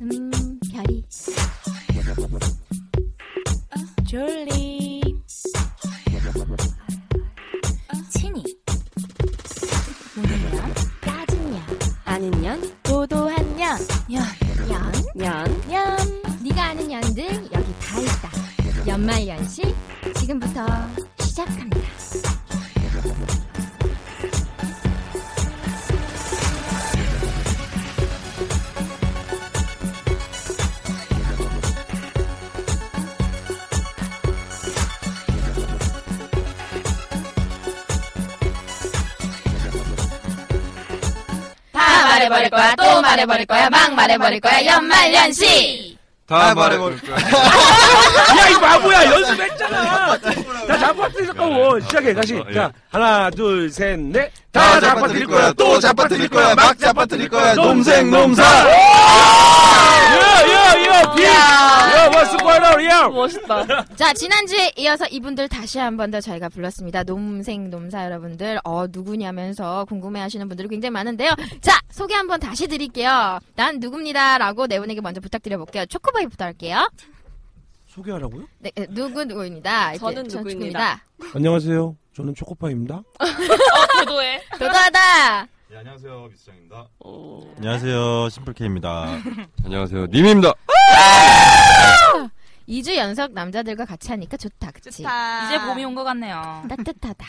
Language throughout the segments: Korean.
음 별이 졸리 친이 오늘은 까진 년 아는 년 도도한 년연연 연 네가 아는 연들 여기 다 있다 연말 연시 지금부터 시작합니다 다 말해버릴 거야 또 말해버릴 거야 막 말해버릴 거야 연말연시 다 말해볼 거야. 야, 이 바보야, 연습했잖아! 다 잡아뜨릴 거고, 뭐 시작해, 다시. 어, 예. 자, 하나, 둘, 셋, 넷. 다 잡아뜨릴 거야. 또 잡아뜨릴 거야. 막 잡아뜨릴 거야. 놈생 놈사. 야, 야, 야, 비! 야, what's going on, 뭐 야! 자 지난주에 이어서 이분들 다시 한 번 더 저희가 불렀습니다 놈생 놈사 여러분들 어 누구냐면서 궁금해하시는 분들이 굉장히 많은데요 자 소개 한번 다시 드릴게요 난 누굽니다 라고 네 분에게 먼저 부탁드려볼게요 초코바이부터 할게요 소개하라고요? 네 에, 누구 누구입니다 이렇게 아, 저는 전 누구입니다. 안녕하세요. 저는 초코파입니다. 도도해. 누구입니다. 도도하다 안녕하세요, 미스장입니다. 오. 안녕하세요 심플케입니다 안녕하세요, 님입니다. 2주 연속 남자들과 같이 하니까 좋다 그치 이제 아. 봄이 온 것 같네요. 따뜻하다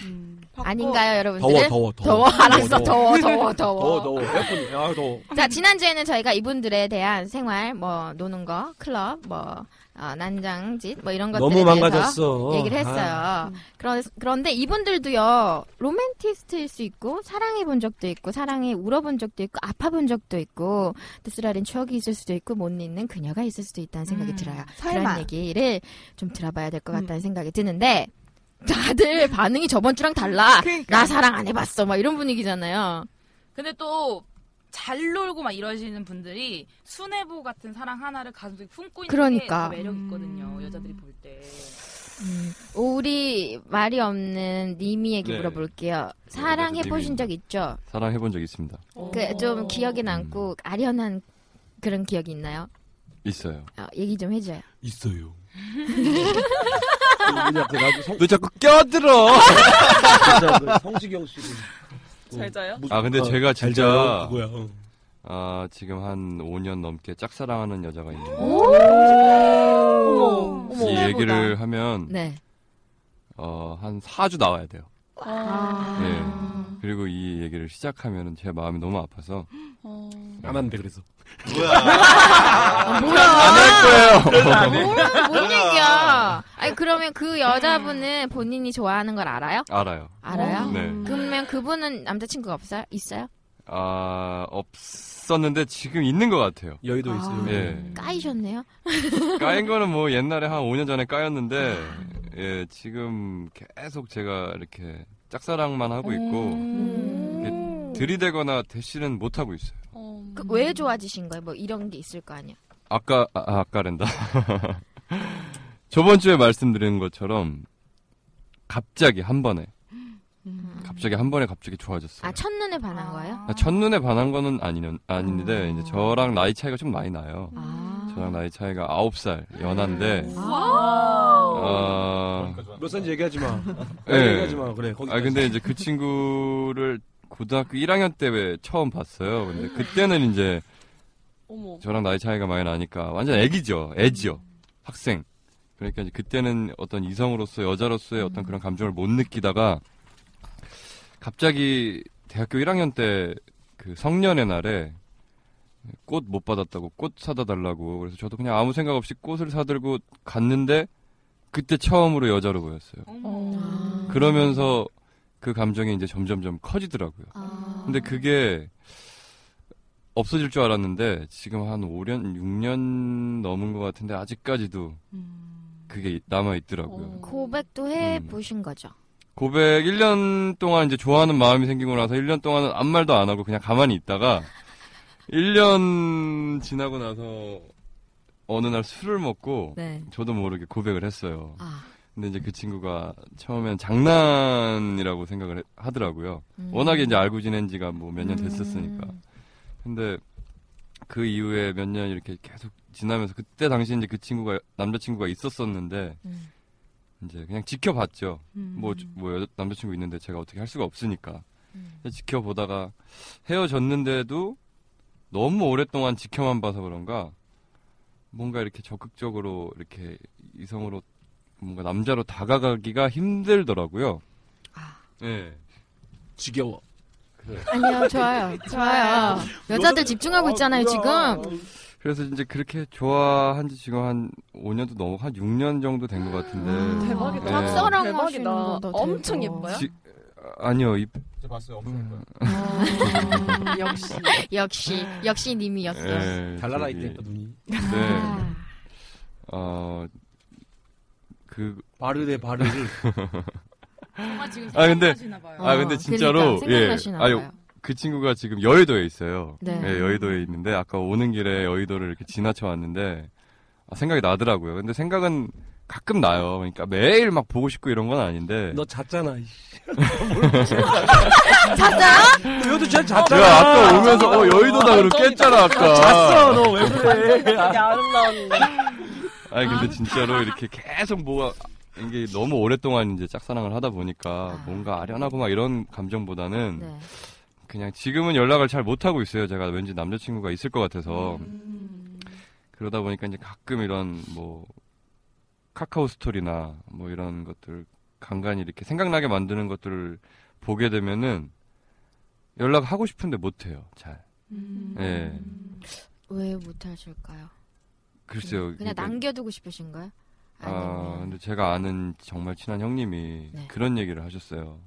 아닌가요 여러분들 더워, 더워, 더워. 알았어 더워 더워 더워, 더워 더워. 에어컨, 야, 더워. 자, 지난주에는 저희가 이분들에 대한 생활, 뭐, 노는 거, 클럽, 뭐, 어, 난장짓, 뭐 이런 것들에 너무 대해서 망가졌어. 얘기를 했어요. 아, 그런, 그런데 이분들도요, 로맨티스트일 수 있고, 사랑해본 적도 있고, 사랑에 울어본 적도 있고, 아파본 적도 있고, 뜻스라린 추억이 있을 수도 있고, 못 잊는 그녀가 있을 수도 있다는 생각이 음, 들어요. 설마. 음. 그런 얘기를 좀 들어봐야 될 것 같다는 생각이 드는데, 다들 반응이 저번 주랑 달라. 그러니까. 나 사랑 안 해봤어. 막 이런 분위기잖아요. 근데 또 잘 놀고 막 이러시는 분들이 수뇌보 같은 사랑 하나를 가슴속에 품고 있는 그러니까. 게더 매력 음. 있거든요. 여자들이 볼 때. 우리 말이 없는 니미에게 네. 물어볼게요. 사랑해 보신 적 있죠? 사랑해본 적 있습니다. 그 좀 기억에 남고 아련한 그런 기억이 있나요? 있어요 어, 얘기 좀 해줘요. 있어요. 그냥 그 나도 성, 너 자꾸 껴들어. 진짜 그 성시경 씨도. 음. 있고. 잘 자요? 무슨- 아 근데 어, 제가 잘 진짜 자요? 그거야. 어. 아 지금 한 5년 넘게 짝사랑하는 여자가 있는데 어머, 이 얘기를 하면 네. 어, 한 4주 나와야 돼요 네. 아... 그리고 이 얘기를 시작하면 제 마음이 너무 아파서 안 한대, 그래서. 아, 뭐야, 아, 뭔 얘기야? 아니 그러면 그 여자분은 본인이 좋아하는 걸 알아요? 알아요 알아요? 네. 그러면 그분은 남자친구가 없어요? 있어요? 아 없었는데 지금 있는 것 같아요 여의도에 있어요. 예 까이셨네요? 까인 거는 뭐 옛날에 한 5년 전에 까였는데 예 지금 계속 제가 이렇게 짝사랑만 하고 있고 음. 들이대거나 대시는 못 하고 있어요 그, 왜 좋아지신 거예요? 뭐 이런 게 있을 거 아니야? 아까 아, 아까랜다. 저번 주에 말씀드린 것처럼 갑자기 한 번에 갑자기 한 번에 갑자기 좋아졌어요. 아 첫눈에 반한 거예요? 아, 첫눈에 반한 거는 아니는 아닌데 이제 저랑 나이 차이가 좀 많이 나요. 아. 저랑 나이 차이가 9살 연한데 아, 몇 살인지 얘기하지 마. 예. 그러니까 얘기하지 마. 그래. 거기. 아 근데 이제 그 친구를 고등학교 1학년 때 왜 처음 봤어요. 근데 그때는 이제 저랑 나이 차이가 많이 나니까 완전 애기죠. 애지요. 학생. 그러니까 이제 그때는 어떤 이성으로서 여자로서의 어떤 그런 감정을 못 느끼다가 갑자기 대학교 1학년 때 그 성년의 날에 꽃 못 받았다고 꽃 사다 달라고 그래서 저도 그냥 아무 생각 없이 꽃을 사들고 갔는데 그때 처음으로 여자로 보였어요. 아. 그러면서 그 감정이 이제 점점점 커지더라고요. 어. 아. 근데 그게 없어질 줄 알았는데 지금 한 5년, 6년 넘은 것 같은데 아직까지도 그게 남아 있더라고요. 어. 고백도 해 음. 보신 거죠. 고백 1년 동안 이제 좋아하는 마음이 생기고 나서 1년 동안은 아무 말도 안 하고 그냥 가만히 있다가 1년 지나고 나서 어느 날 술을 먹고 네. 저도 모르게 고백을 했어요. 아. 근데 이제 그 친구가 처음엔 장난이라고 생각을 해- 하더라고요. 음. 워낙에 이제 알고 지낸 지가 뭐 몇 년 됐었으니까. 음. 근데 그 이후에 몇 년 이렇게 계속 지나면서 그때 당시 이제 그 친구가 남자친구가 있었었는데 음. 이제 그냥 지켜봤죠. 뭐, 주- 뭐 여- 남자친구 있는데 제가 어떻게 할 수가 없으니까 그래서 지켜보다가 헤어졌는데도 너무 오랫동안 지켜만 봐서 그런가 뭔가 이렇게 적극적으로 이렇게 이성으로 뭔가 남자로 다가가기가 힘들더라고요. 예. 지겨워. 아니요, 좋아요. 좋아요. 여자들 집중하고 있잖아요, 지금. 그래서 이제 그렇게 좋아한 지 지금 한 5년도 넘어 한 6년 정도 된 것 같은데 대박이다. 네. 짝사랑 대박이다. 하시는 거다, 대박. 엄청 예뻐요? 지- 아니요 이 봤어요. 음. 아, 역시. 역시, 역시 님이었어요. 예, 달라라 저기, 이때니까 눈이. 네. 어, 그, 바르대 바르를. 정말 지금 아, 근데- 생각나시나 봐요. 아, 근데 진짜로, 그러니까, 생각나시나 예. 아유, 봐요. 그 친구가 지금 여의도에 있어요. 네. 예, 여의도에 있는데 아까 오는 길에 여의도를 이렇게 지나쳐 왔는데 아, 생각이 나더라고요. 근데 생각은 가끔 나요. 그러니까 매일 막 보고 싶고 이런 건 아닌데. 너 잤잖아. 이씨. 잤어요? 너도 전 야, 잤잖아. 아까 오면서 어 여의도다 그러고 완전히 깼잖아 아까. 잤어 너 왜 그래? 아름다운. 아니 근데 진짜로 이렇게 계속 뭐가 이게 너무 오랫동안 이제 짝사랑을 하다 보니까 아. 뭔가 아련하고 막 이런 감정보다는 네. 그냥 지금은 연락을 잘 못하고 있어요. 제가 왠지 남자친구가 있을 것 같아서. 음. 그러다 보니까 이제 가끔 이런 뭐 카카오 스토리나 뭐 이런 것들 간간히 이렇게 생각나게 만드는 것들을 보게 되면은 연락하고 싶은데 못해요. 잘. 음. 예. 음. 왜 못하실까요? 글쎄요. 그냥 그러니까- 남겨두고 싶으신가요? 아, 아니면 근데 제가 아는 정말 친한 형님이 네. 그런 얘기를 하셨어요.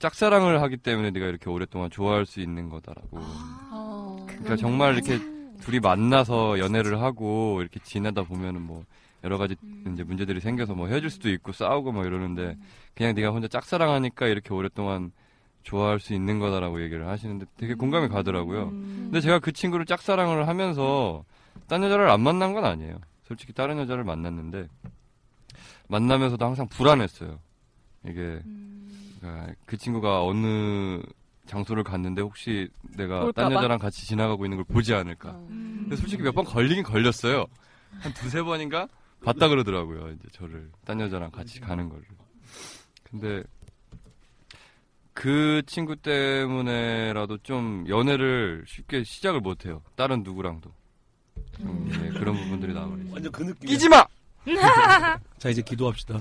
짝사랑을 하기 때문에 네가 이렇게 오랫동안 좋아할 수 있는 거다라고. 아, 어. 아. 그러니까 정말 이렇게 둘이 만나서 연애를 하고 이렇게 지내다 보면은 뭐 여러 가지 음. 이제 문제들이 생겨서 뭐 헤어질 수도 있고 싸우고 막 이러는데 그냥 네가 혼자 짝사랑하니까 이렇게 오랫동안 좋아할 수 있는 거다라고 얘기를 하시는데 되게 음. 공감이 가더라고요. 근데 제가 그 친구를 짝사랑을 하면서 딴 여자를 안 만난 건 아니에요. 솔직히 다른 여자를 만났는데 만나면서도 항상 불안했어요. 이게 그러니까 그 친구가 어느 장소를 갔는데 혹시 내가 볼까봐? 딴 여자랑 같이 지나가고 있는 걸 보지 않을까. 근데 솔직히 몇 번 걸리긴 걸렸어요. 한 두세 번인가 봤다 그러더라고요. 이제 저를 딴 여자랑 음. 같이 가는 걸. 근데 그 친구 때문에라도 좀 연애를 쉽게 시작을 못 해요. 다른 누구랑도. 음. 좀, 예, 그런 부분들이 나오고 있어요. 완전 그 느낌. 끼지 마! 그 아, 자 이제 기도합시다.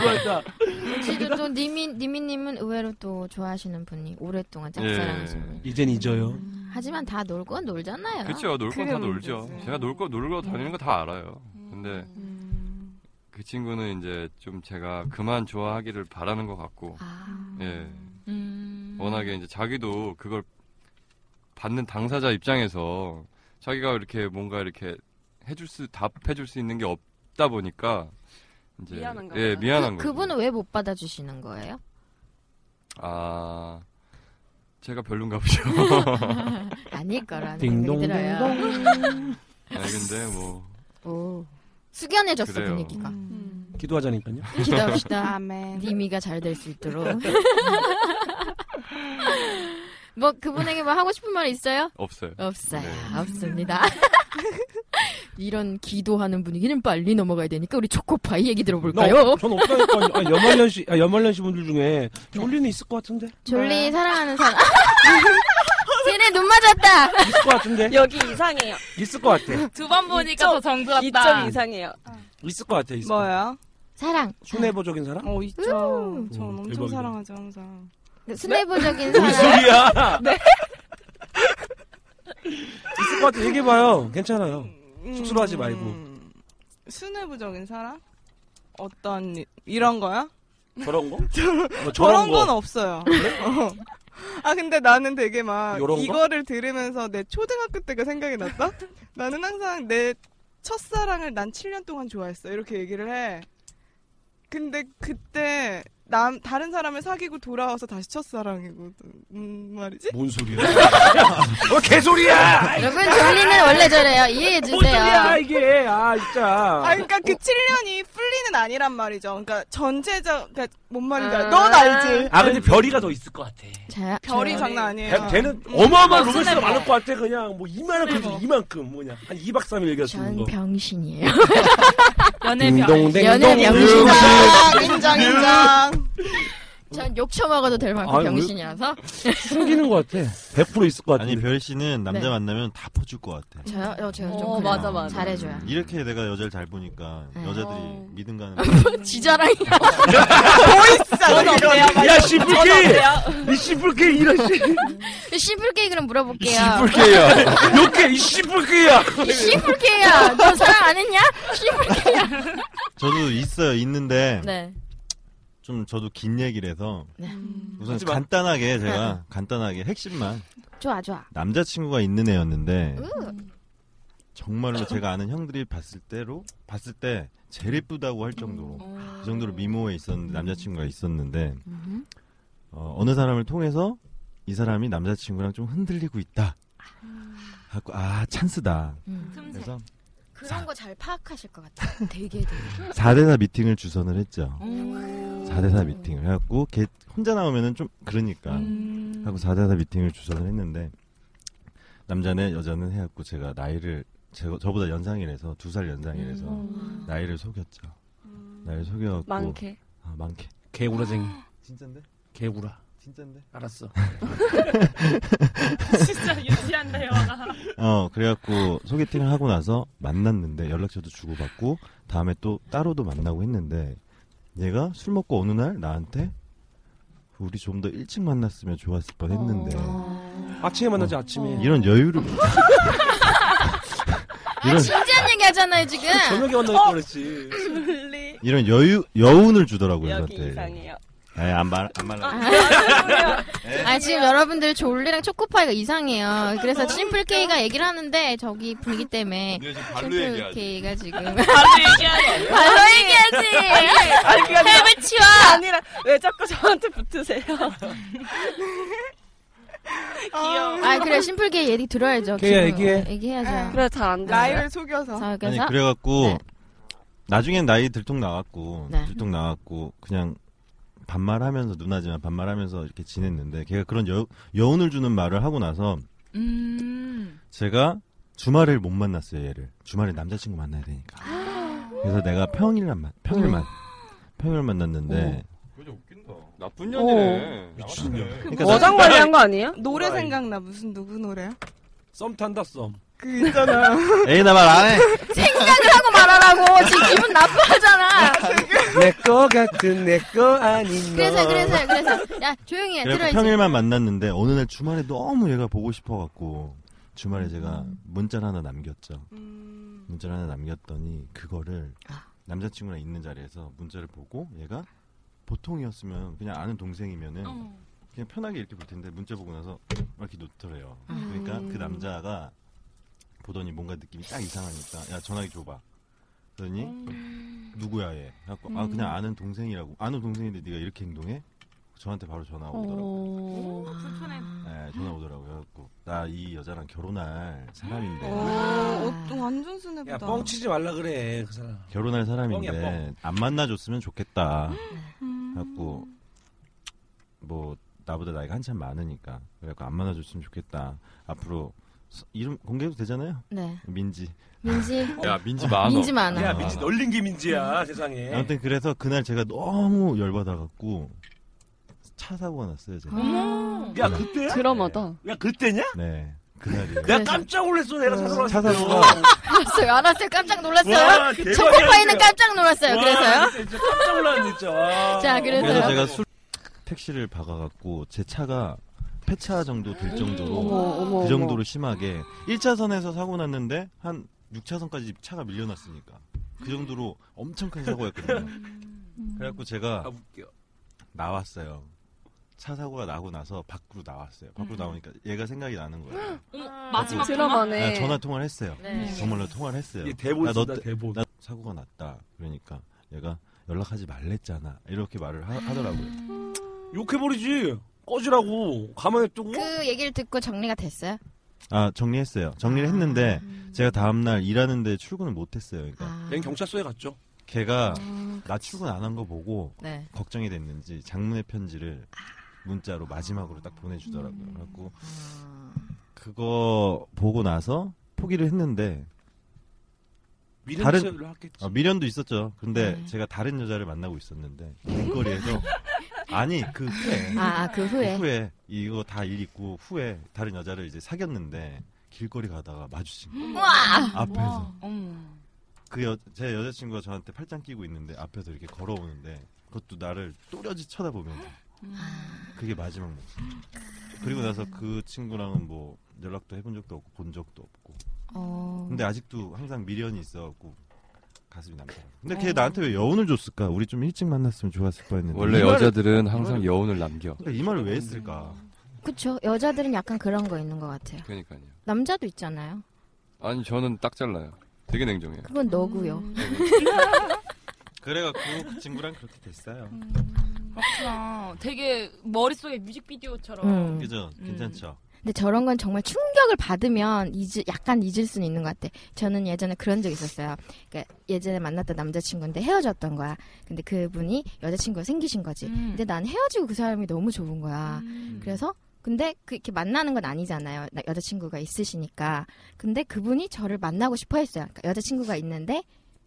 혹시도 또 니미 니미님은 의외로 또 좋아하시는 분이 오랫동안 짝사랑하신 예. 분. 이젠 잊어요. 하지만 다 놀 건 놀잖아요. 그쵸, 놀 건 다 그건 놀죠. 그렇죠. 제가 놀 거, 놀러 다니는 거 다 알아요. 근데 음. 그 친구는 이제 좀 제가 그만 좋아하기를 바라는 것 같고, 아, 예. 음. 워낙에 이제 자기도 그걸 받는 당사자 입장에서 자기가 이렇게 뭔가 이렇게 해줄 수, 답해줄 수 있는 게 없다 보니까, 이제. 미안한가 예, 봐요. 미안한 거죠. 그, 분은 왜 못 받아주시는 거예요? 아, 제가 별론가 보죠. 아닐 거라는 생각이 들어요. 딩동댕동. 아니, 근데 뭐. 오, 숙연해졌어 그래요. 분위기가. 기도하자니까요. 기도합시다. 아멘. 음. 니미가 잘 될 수 있도록. 뭐 그분에게 뭐 하고 싶은 말 있어요? 없어요. 없어요. 네. 없습니다. 이런 기도하는 분위기는 빨리 넘어가야 되니까 우리 초코파이 얘기 들어볼까요? 전 없다니까요. 아, 연말년 씨, 네. 아, 연말년 씨 분들 중에 졸리는 있을 것 같은데. 졸리 사랑하는 사람. 걔네 눈 맞았다. 있을 것 같은데? 여기 이상해요. 있을 것 같아. 두 번 보니까 더 정들었다. 이점 이상해요. 있을 것 같아. 있을 것 같아. 뭐요? 사랑. 순애보적인 사람? 어, 있죠. 전 음, 엄청 대박이다. 사랑하죠, 항상. 순애보적인 무슨 사랑. 소리야? 있을 것 같아. 얘기해봐요. 괜찮아요. 쑥스러워하지 말고. 순애부적인 사랑? 어떤, 일- 이런 거요? 저런 거? 뭐 저런 건 없어요. 어. 아 근데 나는 되게 막 요런 거? 이거를 들으면서 내 초등학교 때가 생각이 났다. 나는 항상 내 첫사랑을 난 7년 동안 좋아했어. 이렇게 얘기를 해. 근데 그때 남 다른 사람을 사귀고 돌아와서 다시 첫사랑이고 음 말이지? 뭔 소리야? 어, 개소리야! 여러분 졸리는 원래 저래요. 이해해 뭔 소리야, 주세요. 이게. 아, 진짜. 아 그러니까 그 7년이 풀리는 아니란 말이죠. 그러니까 전제적 그러니까 뭔 말인지 아. 알아. 넌 알지. 아, 근데 별이가 더 있을 것 같아. 자, 별이 장난 걔- 아니에요. 걔는 어마어마한 음. 로맨스가 스냅버. 많을 것 같아. 그냥 뭐 이만큼, 이만큼. 뭐냐. 한 2박 3일 뭐. 얘기가 쓰는 전 거. 병신이에요. 연애병. 연애 병신이다. 인정 인정 인정. 전 욕처 먹어도 될 만큼 아니, 왜- 병신이라서. 숨기는 것 같아. 100% 있을 것 같아. 아니 별 씨는 남자 네. 만나면 다 퍼줄 것 같아. 저요, 어, 저요 좀 어, 그래요. 맞아, 맞아. 잘해줘요. 이렇게 내가 여자를 잘 보니까 음. 네. 여자들이 어. 믿음 가는. 지자랑이 야, 씨뿔게! 이 씨뿔게, 이런 씨. 씨불케이크는 물어볼게요. 씨뿔게요. 욕해, 이 씨뿔게야! 이 씨불케이야. 너 사랑 안 했냐? 씨불케이야. 저도 있어요. 있는데 네. 좀 저도 긴 얘기를 해서 네. 우선 하지 마. 간단하게 제가 간단하게 핵심만 좋아, 음. 좋아. 남자친구가 있는 애였는데 음. 으. 정말로 제가 아는 형들이 봤을 때로 봤을 때 제일 예쁘다고 할 정도로 그 정도로 미모에 있었는데 남자친구가 있었는데 어, 어느 사람을 통해서 이 사람이 남자친구랑 좀 흔들리고 있다. 하고 아 찬스다. 음. 틈새. 그래서 그런 거 잘 파악하실 것 같아요. 되게 되게. 4대4 미팅을 주선을 했죠. 음. 4대4 미팅을 해갖고 걔 혼자 나오면은 좀 그러니까 음. 하고 4대4 미팅을 주선을 했는데 남자네 여자는 해갖고 제가 나이를 제, 저보다 연상이라서 두 살 연상이라서 나이를 속였죠. 나이를 속여갖고 음. 많게. 아, 많게. 개구라쟁이. 진짠데? 개구라. 진짠데? 알았어. 진짜 유치한 대화가. 어 그래갖고 소개팅을 하고 나서 만났는데 연락처도 주고받고 다음에 또 따로도 만나고 했는데 얘가 술 먹고 어느 날 나한테 우리 좀 더 일찍 만났으면 좋았을 뻔했는데 어. 아침에 만나자, 아침에. 이런 여유를 아, 이런 진지한 얘기 하잖아요, 지금. 저녁에 만날 뻔했지. 분리 이런 여유 여운을 주더라고요 여기 저한테. 이상해요. 에안말안 말라. 아, 지금 여러분들 졸리랑 초코파이가 이상해요. 그래서 심플케이가 얘기를 하는데, 저기 분위기 때문에. 아, 심플케이가 지금. 바로 얘기하네. 발로 얘기하지! 아니 그게 아니라- 헬멧 치워! 아니라 왜 자꾸 저한테 붙으세요? 귀여워. 아, 그래, 심플케이 얘기 들어야죠. 걔야, 지금. 얘기해. 얘기해야죠. 그래, 그래 잘안 돼. 나이를 속여서 자, 아니 그래서. 그래갖고 네. 나중엔 나이 들통 나갔고 네. 들통 나갔고 그냥 반말하면서 누나지만 반말하면서 이렇게 지냈는데 걔가 그런 여, 여운을 주는 말을 하고 나서 음. 제가 주말을 못 만났어요 얘를 주말에 남자친구 만나야 되니까 그래서 내가 평일만 평일만 평일 만났는데 웃긴다. 나쁜 어. 년이네. 미친년. 그러니까 나- 어장 관리한 거 아니에요? 뭐라 노래 이- 생각나 무슨 누구 노래야? 썸 탄다, 썸. 그 있잖아. 에이 나 말 안해 아, 생각을 하고 말하라고! 지금 기분 나빠하잖아! 내 거 같은 내 거 아닌 그래서, 그래서, 그래서. 야, 조용히 해. 그래서 네, 들어야지. 평일만 만났는데 어느 날 주말에 너무 얘가 보고 싶어갖고 주말에 제가 음. 문자를 하나 남겼죠 문자를 하나 남겼더니 그거를 아. 남자친구랑 있는 자리에서 문자를 보고 얘가 보통이었으면 그냥 아는 동생이면은 음. 어. 그냥 편하게 이렇게 볼 텐데 문자 보고 나서 이렇게 놓더래요. 음. 그러니까 그 남자가 보더니 뭔가 느낌이 딱 이상하니까 야 전화기 줘봐. 그러더니 음. 누구야 얘? 갖고 아 그냥 아는 동생이라고 아는 동생인데 네가 이렇게 행동해? 저한테 바로 전화 오더라고. 오, 어, 불편해. 아. 네, 전화 오더라고요. 갖고 나 이 여자랑 결혼할 사람인데 어, 완전 순해보다. 야, 뻥치지 말라 그래, 그 사람. 결혼할 사람인데 뻥이야, 어, 뻥. 안 만나줬으면 좋겠다. 갖고 뭐 나보다 나이가 한참 많으니까 그래갖고 안 만나줬으면 좋겠다. 앞으로 서- 이름 공개해도 되잖아요. 네. 민지. 민지. 어. 야 민지 많아. 민지 많아. 야, 민지 널린 게 민지야, 세상에. 아무튼 그래서 그날 제가 너무 열받아갖고 차 차 사고가 났어요, 제가. 어머. 야, 그때야? 드라마다. 야 그때냐? 네. 그날이에요. 내가 깜짝 놀랐어 내가 사서 차 왔을 때. 사고가 알았어요, 알았어요. 깜짝 와, 놀랐어요. 대박이야, 초코파이는 진짜. 그 깜짝 놀랐어요. 와, 그래서요. 진짜 깜짝 놀랐네 진짜. 와. 자, 그래서요? 그래서 제가 술 택시를 박아갖고 제 차가 폐차 정도 될 정도로 어머, 어머, 그 어머. 정도로 심하게 1차선에서 사고 났는데 한 6차선까지 차가 밀려났으니까 그 정도로 엄청 큰 사고였거든요. 음. 그래갖고 아, 제가 나왔어요. 차 사고가 나고 나서 밖으로 나왔어요. 음. 밖으로 나오니까 얘가 생각이 나는 거예요. 어, 마지막 드라마네. 네, 전화 통화를 했어요. 네. 정말로 통화를 했어요. 이게 대본 나 너 쓴다, 때- 나 사고가 났다. 그러니까 얘가 연락하지 말랬잖아. 이렇게 말을 하, 하더라고요. 욕해버리지. 꺼지라고. 가만히 두고. 그 얘기를 듣고 정리가 됐어요. 아 정리했어요. 정리를 했는데 제가 다음 날 일하는데 출근을 못했어요. 그러니까 아. 네. 얜 경찰서에 갔죠. 걔가 나 출근 안 한 거 보고 네. 걱정이 됐는지 장문의 편지를 문자로 마지막으로 딱 보내주더라고요. 그래갖고 그거 보고 나서 포기를 했는데 미련 채를 했겠지. 아, 미련도 있었죠. 근데 제가 다른 여자를 만나고 있었는데 길거리에서 아니 그 후에 아, 아, 그 후에. 이거 다 일 있고 후에 다른 여자를 이제 사귀었는데 길거리 가다가 마주친 거예요. 우와. 앞에서 어머. 그제 여자친구가 저한테 팔짱 끼고 있는데 앞에서 이렇게 걸어오는데 그것도 나를 또려지 쳐다보면서 그게 마지막 모습. 그리고 나서 그 친구랑은 뭐 연락도 해본 적도 없고 본 적도 없고. 어. 근데 아직도 항상 미련이 있어갖고 가슴이 남더라. 근데 어. 걔 나한테 왜 여운을 줬을까? 우리 좀 일찍 만났으면 좋았을 뻔했는데. 원래 이 말을- 여자들은 항상 여운을 남겨. 어, 그러니까 이 말을 왜 했을까? 그쵸. 여자들은 약간 그런 거 있는 것 같아요. 그러니까요. 남자도 있잖아요. 아니 저는 딱 잘라요. 되게 냉정해요. 그건 너고요. 그래갖고 그 친구랑 그렇게 됐어요. 그렇구나. 되게 머릿속에 뮤직비디오처럼. 음. 그죠? 괜찮죠? 근데 저런 건 정말 충격을 받으면 잊 약간 잊을 수는 있는 것 같아. 저는 예전에 그런 적 있었어요. 그러니까 예전에 만났던 남자친구인데 헤어졌던 거야. 근데 그분이 여자친구가 생기신 거지. 음. 근데 난 헤어지고 그 사람이 너무 좋은 거야. 그래서 근데 그 이렇게 만나는 건 아니잖아요. 나- 여자친구가 있으시니까. 근데 그분이 저를 만나고 싶어 했어요. 그러니까 여자친구가 있는데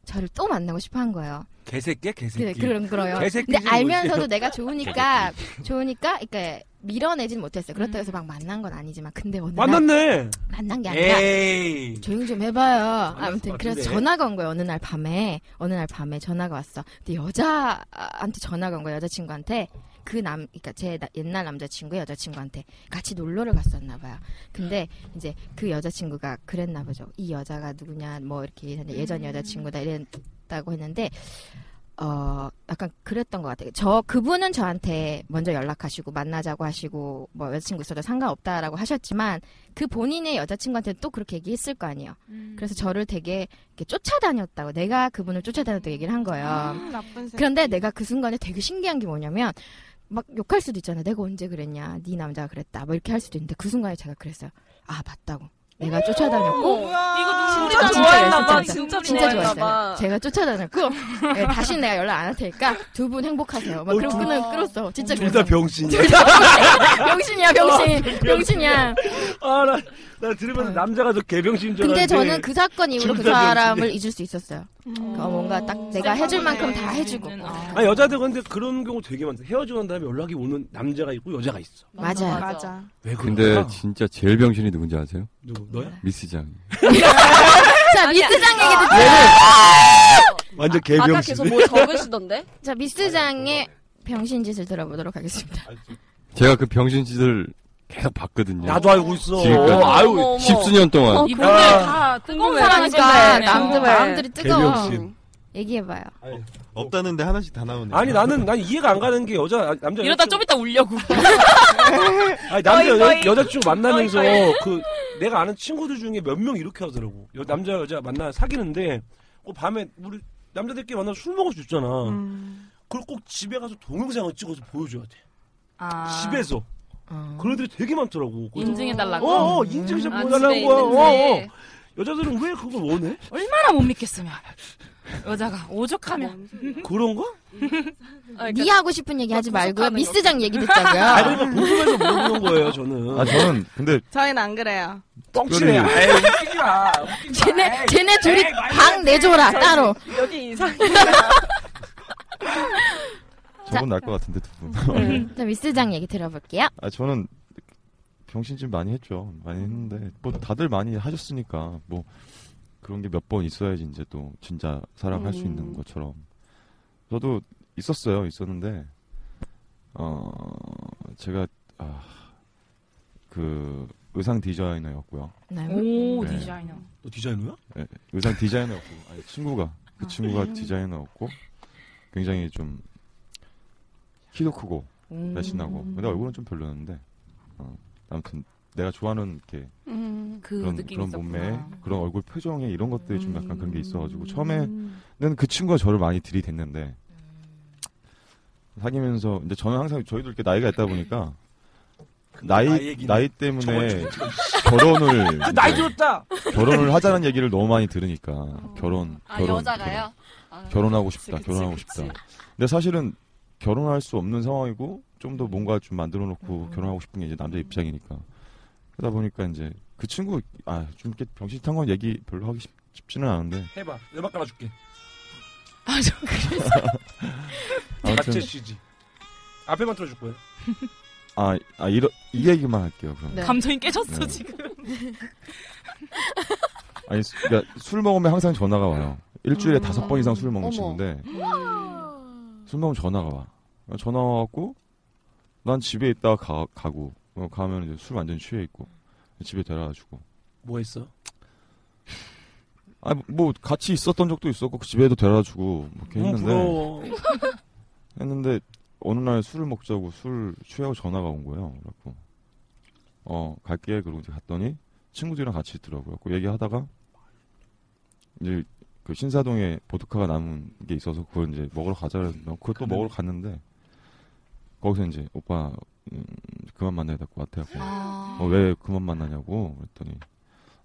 저를 또 만나고 싶어 한 거예요. 개새끼야 개새끼. 그래, 그런 거요. 개새끼. 근데 알면서도 내가 좋으니까 좋으니까 그러니까 밀어내진 못했어요. 그렇다고 해서 막 만난 건 아니지만 근데 어느 날 음. 만났네. 만난 게 예. 아니라 에이. 조용 좀 해봐요. 아무튼 것 그래서 같은데. 전화가 온 거예요. 어느 날 밤에 어느 날 밤에 전화가 왔어. 근데 여자한테 전화가 온 거야. 여자친구한테 그 남 그러니까 제 나- 옛날 남자친구의 여자친구한테 같이 놀러를 갔었나 봐요. 근데 이제 그 여자친구가 그랬나 보죠. 이 여자가 누구냐 뭐 이렇게 얘기하는데 예전 여자친구다 이랬다고 했는데 어 약간 그랬던 것 같아요. 저 그분은 저한테 먼저 연락하시고 만나자고 하시고 뭐 여자친구 있어도 상관없다라고 하셨지만 그 본인의 여자친구한테 또 그렇게 얘기했을 거 아니에요. 음. 그래서 저를 되게 이렇게 쫓아다녔다고 내가 그분을 쫓아다녔다고 얘기를 한 거예요. 나쁜 생 그런데 내가 그 순간에 되게 신기한 게 뭐냐면 막 욕할 수도 있잖아. 내가 언제 그랬냐. 네 남자가 그랬다. 뭐 이렇게 할 수도 있는데 그 순간에 제가 그랬어요. 아 맞다고. 내가 쫓아다녔고 어, 이거 어, 진짜 누군가 진짜 좋아했나봐. 좋았어요. 진짜, 진짜 좋았어요. 좋아했나봐. 제가 쫓아다녔고 예, 다시 내가 연락 안 할 테니까 두 분 행복하세요. 막 그러고 끊어 끊었어. 진짜 둘 다 그랬어. 병신이야. 병신이야 병신. 병신이야. 아, 나, 나 들으면서 남자가 저 개병신인 줄 아. 근데 알았는데. 저는 그 사건 이후로 그 둘다 병신이야. 사람을 잊을 수 있었어요. 그러니까 음. 뭔가 딱 내가 해줄 만큼 다 해주고. 아, 여자들 근데 그런 경우 되게 많다. 헤어지고 난 다음에 연락이 오는 남자가 있고 여자가 있어. 맞아요. 맞아. 왜 그런 근데 진짜 제일 병신이 누군지 아세요? 누구? 너야? 미스장. 자 미스장 얘기 아. 듣자. 완전 아까 계속 뭐 적으시던데? 자 미스장의 병신 짓을 들어보도록 하겠습니다. 제가 그 병신 짓을 계속 봤거든요. 나도 알고 있어. 지금까지. 어, 아유, 어머, 어머. 십수년 동안. 어, 이분들 다 뜨거운 사랑이니까 사랑이니까 남들 남들이 뜨거워. 개명신. 얘기해봐요. 없다는데 하나씩 다 나오네. 아니 나는 난 이해가 안 가는 게 여자 아, 남자 이러다 좀 이따 울려고. 아니 남자 거의, 거의. 여, 여자친구 만나면서 거의, 거의. 그 내가 아는 친구들 중에 몇 명 이렇게 하더라고 여- 남자 여자 만나 사귀는데 꼭 밤에 우리 남자들끼리 만나서 술 먹을 수 있잖아 음. 그걸 꼭 집에 가서 동영상을 찍어서 보여줘야 돼 아. 집에서 그런 애들이 되게 많더라고 그래서- 인증해달라고? 어, 어 인증샷 어. 아, 보여달라는 집에 거야 어, 어. 있는지. 여자들은 왜 그걸 원해? 얼마나 못 믿겠으면 여자가 오죽하면 그런 거? 네 하고 싶은 얘기 하지 말고 그러니까 뭐 구속하는 미스장 얘기 아니 듣자고요. 그러니까 궁금해서 물어보는 거예요 저는 아 저는 근데 저희는 안 그래요. 뻥치네 아이, 웃기지 마. 아, 쟤네 쟤네 둘이 방 내줘라 따로. 여기 이상. 자. 저건 날 것 같은데 두 분. 음, 자, 미스장 얘기 들어볼게요. 아 저는 병신 좀 많이 했죠. 많이 음. 했는데 뭐 다들 많이 하셨으니까 뭐 그런 게 몇 번 있어야지 이제 또 진짜 사랑할 수 음. 있는 것처럼. 저도 있었어요. 있었는데 어 제가 아 그 의상 디자이너였고요. 네. 음, 오, 네. 디자이너. 너 어, 디자이너야? 예, 의상 디자이너였고 아니, 친구가 그 친구가 네. 디자이너였고 굉장히 좀 키도 크고 음. 날씬하고 근데 얼굴은 좀 별로였는데 어, 아무튼 내가 좋아하는 이렇게 음, 그 그런, 느낌이 그런 몸매 있었구나. 음. 그런 얼굴 표정에 이런 것들이 좀 약간 그런 게 있어가지고 처음에는 그 친구가 저를 많이 들이댔는데 사귀면서 근데 저는 항상 저희도 이렇게 나이가 있다 보니까 나이 나이 얘기네. 나이 저건 때문에 좀- 결혼을 그 나이 이제 들었다! 결혼을 하자는 얘기를 너무 많이 들으니까 결혼 아, 결혼 여자가요? 아, 결혼, 하고 싶다 그치, 결혼하고 그치, 싶다 그치. 근데 사실은 결혼할 수 없는 상황이고 좀 더 뭔가 좀 만들어 음. 놓고 결혼하고 싶은 게 이제 남자 입장이니까 그러다 보니까 이제 그 친구 아좀 이렇게 병신 탄 건 얘기 별로 하기 쉽, 지는 않은데 해봐. 음악 깔아줄게. 아, 저 그래서. 자체 CG. 앞에만 틀어줄 거예요. 아, 아 이러, 이 얘기만 할게요 그럼 감정이 깨졌어, 네. 지금. 아니 수- 그러니까 술 먹으면 항상 전화가 와요 일주일에 음. 다섯 번 이상 술 먹는 어머. 음. 친구인데 술 먹으면 전화가 와. 전화 와갖고, 난 집에 있다가 가, 가고, 어, 가면 이제 술 완전 취해 있고, 집에 데려가지고. 뭐 했어? 아, 뭐, 같이 있었던 적도 있었고, 그 집에도 데려가지고, 뭐, 이렇게 너무 했는데. 부러워. 했는데, 어느 날 술을 먹자고 술 취하고 전화가 온 거예요. 그래갖고, 어, 갈게. 그러고 이제 갔더니, 친구들이랑 같이 있더라고요. 그 얘기하다가, 이제, 그 신사동에 보드카가 남은 게 있어서 그걸 이제 먹으러 가자 그래서 그걸 또 먹으러 갔는데 거기서 이제 오빠 음, 그만 만나야 될 것 같아갖고 어, 왜 그만 만나냐고 그랬더니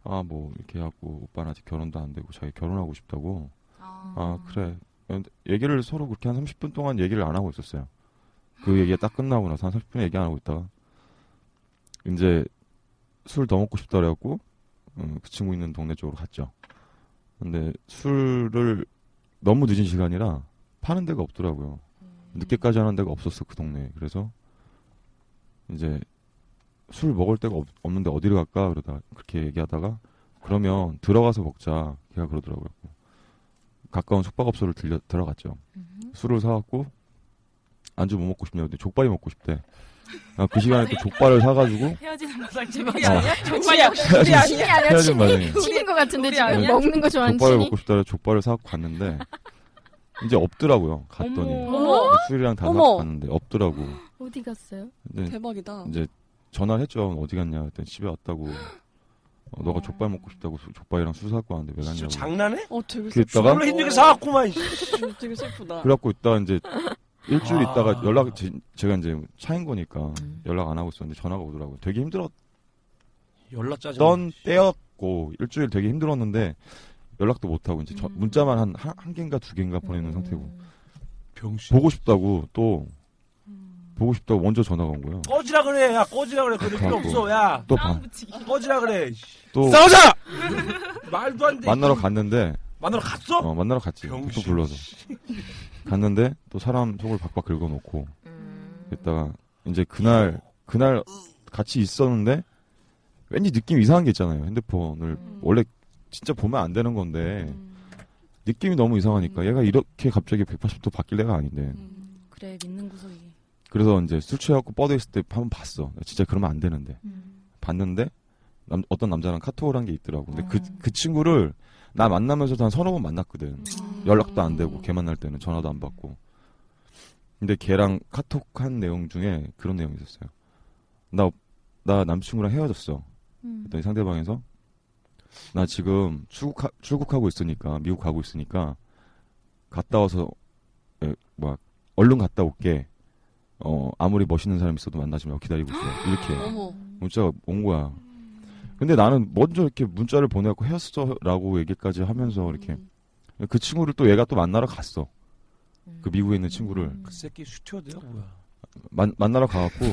아 뭐 이렇게 하고 오빠는 아직 결혼도 안 되고 자기 결혼하고 싶다고 아, 그래 근데 얘기를 서로 그렇게 한 30분 동안 얘기를 안 하고 있었어요 그 얘기가 딱 끝나고 나서 한 30분 얘기 안 하고 있다가 이제 술 더 먹고 싶다 그래갖고 음, 그 친구 있는 동네 쪽으로 갔죠 근데 술을 너무 늦은 시간이라 파는 데가 없더라고요. 늦게까지 하는 데가 없었어 그 동네에. 그래서 이제 술 먹을 데가 없, 는데 어디를 갈까 그러다 그렇게 얘기하다가 그러면 들어가서 먹자. 걔가 그러더라고요. 가까운 숙박업소를 들려, 들어갔죠. 음. 술을 사갖고 안주 뭐 먹고 싶냐고 했더니 족발이 먹고 싶대. 아, 그 시간에 또 족발을 사가지고 헤어지는 마당 어. 제목이 아니야? 정말 우리 역시. 우리 아니야? 아니야? 헤어진 친이 마당에. 친인 것 같은데 우리 지금 아니야? 먹는 거 좋아하는 족발을 친이. 먹고 싶다 해서 족발을 사고 갔는데 이제 없더라고요. 갔더니 그 어머. 술이랑 다 어머. 사고 갔는데 없더라고. 어디 갔어요? 근데 대박이다. 이제 전화를 했죠. 어디 갔냐? 그랬더니 집에 왔다고. 어, 너가 족발 먹고 싶다고 수- 족발이랑 술 사고 왔는데 왜 진짜 갔냐고. 장난해? 어, 되게 그 뭐. 있다가? 술로 힘들게 사왔구만. 이씨. 되게 슬프다. 그래갖고 있다가 이제 일주일 아. 있다가 연락 제, 제가 이제 차인 거니까 음. 연락 안 하고 있었는데 전화가 오더라고요. 되게 힘들었 연락 짜증. 던 때였고 일주일 되게 힘들었는데 연락도 못 하고 이제 저- 문자만 한 한 개인가 두 개인가 보내는 상태고 보고 싶다고 또 보고 싶다고 먼저 전화가 온 거예요. 꺼지라 그래. 야, 꺼지라 그래. 그럴 필요 갖고. 없어. 야. 또 봐. 꺼지라 그래. 씨. 또 싸우자! 말도 안 돼. 만나러 갔는데 만나러 갔어? 어, 만나러 갔지. 또 불러서 갔는데 또 사람 속을 박박 긁어놓고 그랬다가 이제 그날 그날 같이 있었는데 왠지 느낌 이상한 게 있잖아요. 핸드폰을 원래 진짜 보면 안 되는 건데 느낌이 너무 이상하니까 얘가 이렇게 갑자기 180도 바뀔 애가 아닌데 그래, 믿는 구석이. 그래서 이제 술 취해갖고 뻗어 있을 때 한번 봤어. 진짜 그러면 안 되는데. 봤는데 남- 어떤 남자랑 카톡을 한 게 있더라고. 근데 그, 그 친구를 나 만나면서도 한 서너 번 만났거든. 연락도 안 되고 걔 만날 때는 전화도 안 받고. 근데 걔랑 카톡한 내용 중에 그런 내용이 있었어요. 나, 나 남친구랑 헤어졌어. 음. 그랬더니 상대방에서 나 지금 출국하, 출국하고 있으니까 미국 가고 있으니까 갔다 와서 에, 막 얼른 갔다 올게. 어 아무리 멋있는 사람 있어도 만나지 말고 기다리고 있어. 어머. 이렇게 문자가 온 거야. 근데 나는 먼저 이렇게 문자를 보내고 헤어스라고 얘기까지 하면서 이렇게 음, 음. 그 친구를 또 얘가 또 만나러 갔어. 그 미국에 있는 친구를 음. 그 새끼 스튜어드야 뭐야? 만, 만나러 가갖고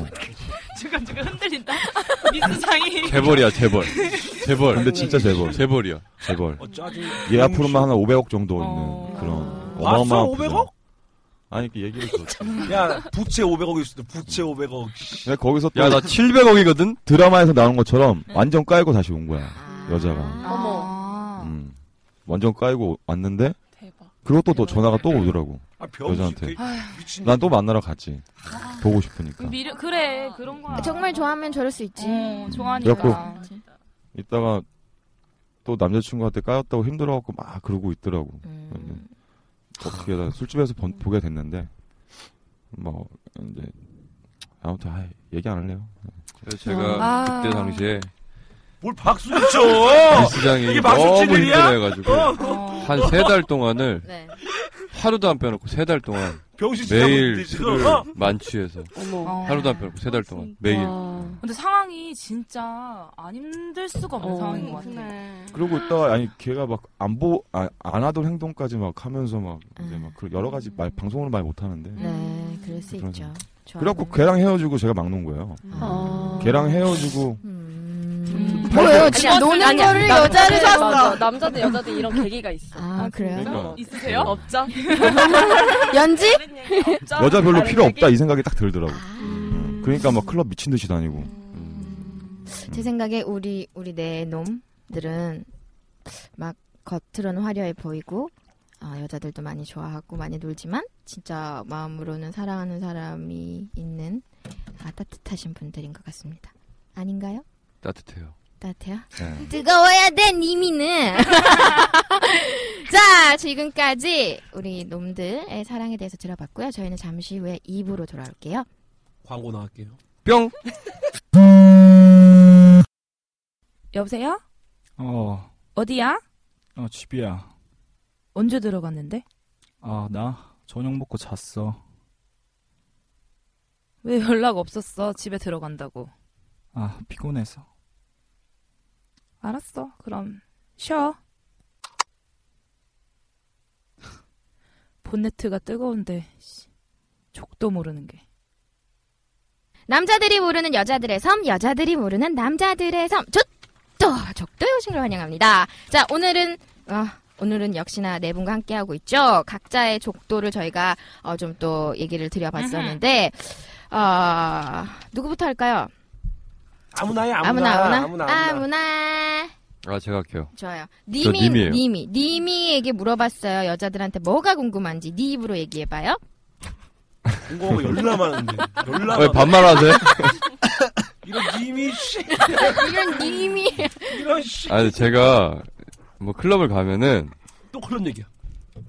잠깐, 잠깐 흔들린다. 미스장이. 재벌이야, 재벌. 재벌. 네. 근데 진짜 재벌. 재벌이야. 재벌. 어, 짜증. 예 얘 앞으로만 한 500억 정도 있는 봤어 그런 어마어마한 500억? 부자. 아니 이렇게 얘기를 그 들었죠. 야 부채 500억 있어. 부채 500억. 근데 거기서 야, 나 700억이거든? 드라마에서 나온 것처럼 완전 깔고 다시 온 거야. 아. 네, 여자가. 어머. 음. 완전 깔고 왔는데 그것도 또 전화가 또 오더라고. 아, 병신 여자한테. 되게 미친 난 또 만나러 갔지. 보고 싶으니까. 미래 그래 그런 거야. 정말 좋아하면 저럴 수 있지. 어, 그래갖고 좋아하니까. 이따가 또 남자친구한테 까였다고 힘들어갖고 막 그러고 있더라고. 음. 근데 뭐 어떻게 하다 술집에서 번- 보게 됐는데 뭐 이제 아무튼 아이, 얘기 안 할래요. 그래서 제가 아. 그때 당시에 뭘 박수 쳐. 아, 이 시장이 이게 너무 박수치들이야? 힘들어가지고 어. 한 세 달 동안을 네. 하루도 안 빼놓고 세 달 동안 병신 진짜 매일 못되지, 술을 너. 어? 만취해서 어머. 하루도 안 빼놓고 세 달 동안 매일 어, 근데 상황이 진짜 안 힘들 수가 없는 상황인 음, 음, 것 네. 네. 같아. 그러고 있다가 아니 걔가 막 안 보 아, 안 하던 행동까지 막 하면서 막 이제 막 그런 여러 가지 말 방송으로 말 못 하는데. 네, 그럴 수 그런 있죠. 생각. 좋아하는. 그래갖고 어. 걔랑 헤어지고 제가 막는 거예요. 음. 아. 걔랑 헤어지고 음. 뭐예요? 지금 노는 거를 여자를 맞아, 샀어. 남자든 여자든 이런 계기가 있어. 아, 그래요? 그러니까. 있으세요? 없죠. 연지? 여자 별로 필요 없다 이 생각이 딱 들더라고. 아. 음, 그러니까 막 클럽 미친 듯이 다니고. 제 생각에 우리 우리 내 놈들은 막 겉으로는 화려해 보이고 아, 여자들도 많이 좋아하고 많이 놀지만 진짜 마음으로는 사랑하는 사람이 있는 아, 따뜻하신 분들인 것 같습니다. 아닌가요? 따뜻해요. 따뜻해요? 네. 뜨거워야 돼, 니미는. 자, 지금까지 우리 놈들의 사랑에 대해서 들어봤고요. 저희는 잠시 후에 2부로 돌아올게요. 광고 나갈게요. 뿅. 여보세요? 어, 어디야? 어 집이야. 언제 들어갔는데? 아, 나 저녁 먹고 잤어. 왜 연락 없었어? 집에 들어간다고. 아, 피곤해서. 알았어. 그럼 쉬어. 본네트가 뜨거운데 씨, 족도 모르는 게. 남자들이 모르는 여자들의 섬, 여자들이 모르는 남자들의 섬. 좋도! 적도의 오신걸 환영합니다. 자, 오늘은, 어, 오늘은 역시나 네 분과 함께하고 있죠. 각자의 족도를 저희가 어, 좀 또 얘기를 드려봤었는데, 어, 누구부터 할까요? 아무나야 아무나, 아무나. 아무나, 아무나. 아 제가 할게요. 좋아요. 저 님이, 님이에요. 님이, 님이에게 물어봤어요. 여자들한테 뭐가 궁금한지 네 입으로 얘기해봐요. 광고가 열나 많은데. 열나. 왜 많아. 반말하세요? 이런 님이 씨. 이런 님이. 이런 씨. 아니 제가 뭐 클럽을 가면은 또 클럽 얘기야.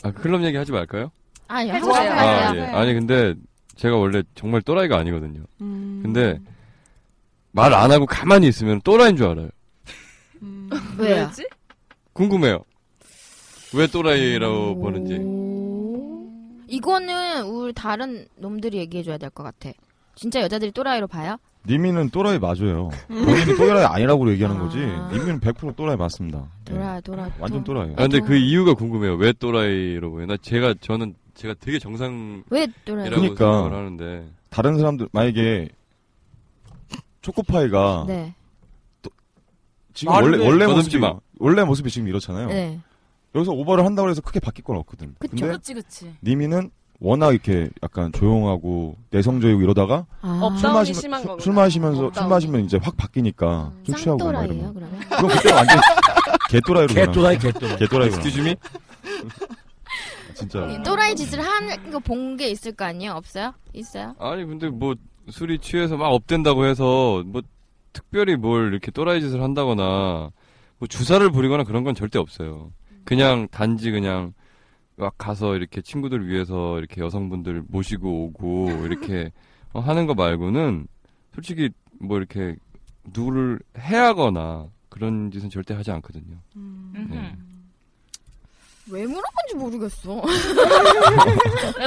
아 클럽 얘기 하지 말까요? 아니, 네. 해줘요. 하고 싶은 거예요. 예. 아니 근데 제가 원래 정말 또라이가 아니거든요. 음. 근데 말 안 하고 가만히 있으면 또라이인 줄 알아요. 음. 아. 왜요? 궁금해요. 왜 또라이라고 보는지. 이거는 우리 다른 놈들이 얘기해줘야 될 것 같아. 진짜 여자들이 또라이로 봐요? 니미는 또라이 맞아요. 본인이 또라이 아니라고 얘기하는 거지. 니미는 100% 또라이 맞습니다. 예. 네. 또라이, 또라이. 완전 또라이. 아, 근데 그 이유가 궁금해요. 왜 또라이로 보이나? 제가 저는 제가 되게 정상 왜 또라이? 이라고 그러니까. 생각을 하는데 다른 사람들 만약에 초코파이가 네. 지금 말을 원래 해. 원래 모습이 더듬지 마. 원래 모습이 지금 이렇잖아요. 네. 여기서 오버를 한다고 해서 크게 바뀔 건 없거든. 그쵸. 근데 그치, 그치. 니미는 워낙 이렇게 약간 조용하고 내성적이고 이러다가 아. 술 업다운이 마시면 심한 술, 거구나. 술 마시면서 술 업다운이. 마시면 이제 확 바뀌니까 음. 술 취하고 막 쌍또라이예요, 이러면 그러면? 그럼 그때 완전 개또라이로 개또라이, 개또라이. 개또라이 Excuse me? 아, 네, 진짜 또라이 짓을 하는 거 본 게 있을 거 아니에요? 없어요? 있어요? 아니 근데 뭐 술이 취해서 막 업된다고 해서 뭐 특별히 뭘 이렇게 또라이 짓을 한다거나 뭐 주사를 부리거나 그런 건 절대 없어요. 그냥 단지 그냥 막 가서 이렇게 친구들 위해서 이렇게 여성분들 모시고 오고 이렇게 어, 하는 거 말고는 솔직히 뭐 이렇게 누구를 해하거나 그런 짓은 절대 하지 않거든요. 음. 음. 네. 왜 물어본지 모르겠어.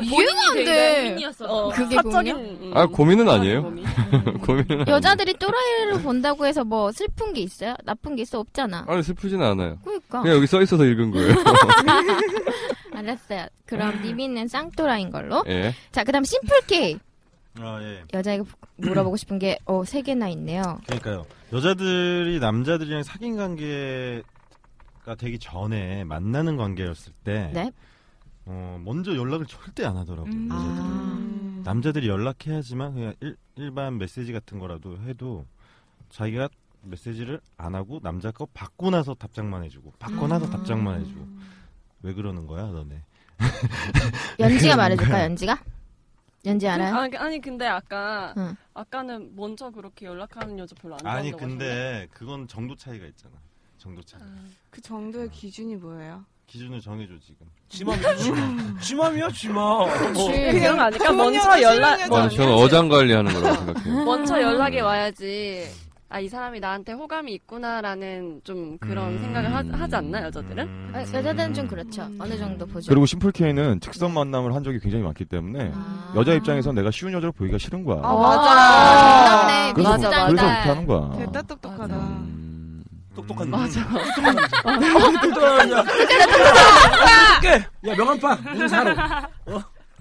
본인이 음. 이해가 안 되게 음. 돼. 고민이었어. 그게 사적인, 고민이야? 아 고민은 아니에요. 고민은 아니에요. 여자들이 또라이를 본다고 해서 뭐 슬픈 게 있어요? 나쁜 게 있어? 없잖아. 아니 슬프진 않아요. 그러니까. 냥 여기 써 있어서 아, 읽은 거예요. 알았어요. 그럼 니비는 쌍또라인 걸로. 예. 자, 그다음 심플 K. 아 예. 여자에게 물어보고 싶은 게 어, 세 개나 있네요. 그러니까요. 여자들이 남자들이랑 사귄 관계가 되기 전에 만나는 관계였을 때 네. 음. 어, 먼저 연락을 절대 안 하더라고요. 남자들이. 남자들이 연락해야지만 그냥 일, 일반 메시지 같은 거라도 해도 자기가 메시지를 안 하고 남자 거 받고 나서 답장만 해주고 받고 음. 나서 답장만 해주고 왜 그러는 거야 너네? 연지가 네, 왜 그러는 말해줄까 거야? 연지가? 연지 알아요? 아니, 아니, 근데 아까 응. 아까는 먼저 그렇게 연락하는 여자 별로 안 아니 좋아한다고 하셨는데. 근데 그건 정도 차이가 있잖아. 정도 차이. 그 정도의 기준이 뭐예요? 기준을 정해줘 지금. 쥐맘이야 쥐맘. 어, 쥐. 어, 그냥 아니까 먼저 연락- 아, 저는 어장 관리하는 거라고 생각해요. 먼저 연락이 와야지. 아, 이 사람이 나한테 호감이 있구나라는 좀 그런 생각을 하, 하지 않나, 여자들은? 아, 여자들은 좀 그렇죠. 어느 정도 보죠. 그리고 심플 K는 직선 만남을 한 적이 굉장히 많기 때문에 여자 입장에서 내가 쉬운 여자로 보기가 싫은 거야. 아, 맞아. 아, 정답네. 그래서 맞아, 맞아. 그래서 그렇게 하는 거야. 됐다 똑똑하다. 똑똑한 맞아. 어. 똑똑한 야 명함빵 이거 사러.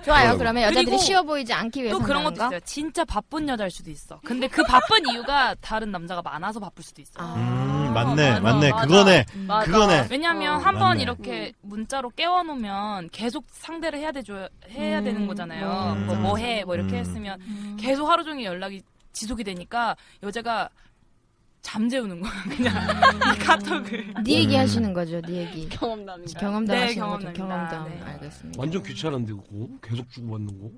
좋아요. 그럼. 그러면 여자들이 그리고 쉬워 보이지 않기 위해서 또 그런 한다는 것도 거? 있어요. 진짜 바쁜 여자일 수도 있어. 근데 그 바쁜 이유가 다른 남자가 많아서 바쁠 수도 있어. 음, 맞네, 맞아, 맞네. 맞아. 그거네. 맞아. 그거네. 왜냐면 어. 한 번 맞네. 이렇게 문자로 깨워놓으면 계속 상대를 해야 되죠 해야 되는 거잖아요. 음. 뭐, 뭐 해, 뭐 이렇게 음. 했으면 계속 하루 종일 연락이 지속이 되니까 여자가 잠재우는 거야 그냥 음. 이 카톡을. 음. 네 얘기 하시는 거죠. 네 얘기. 경험담인가요? 경험담 네, 하시는 거죠. 경험담입니다. 경험담. 네. 알겠습니다. 완전 귀찮은데 그거 계속 주고받는 거.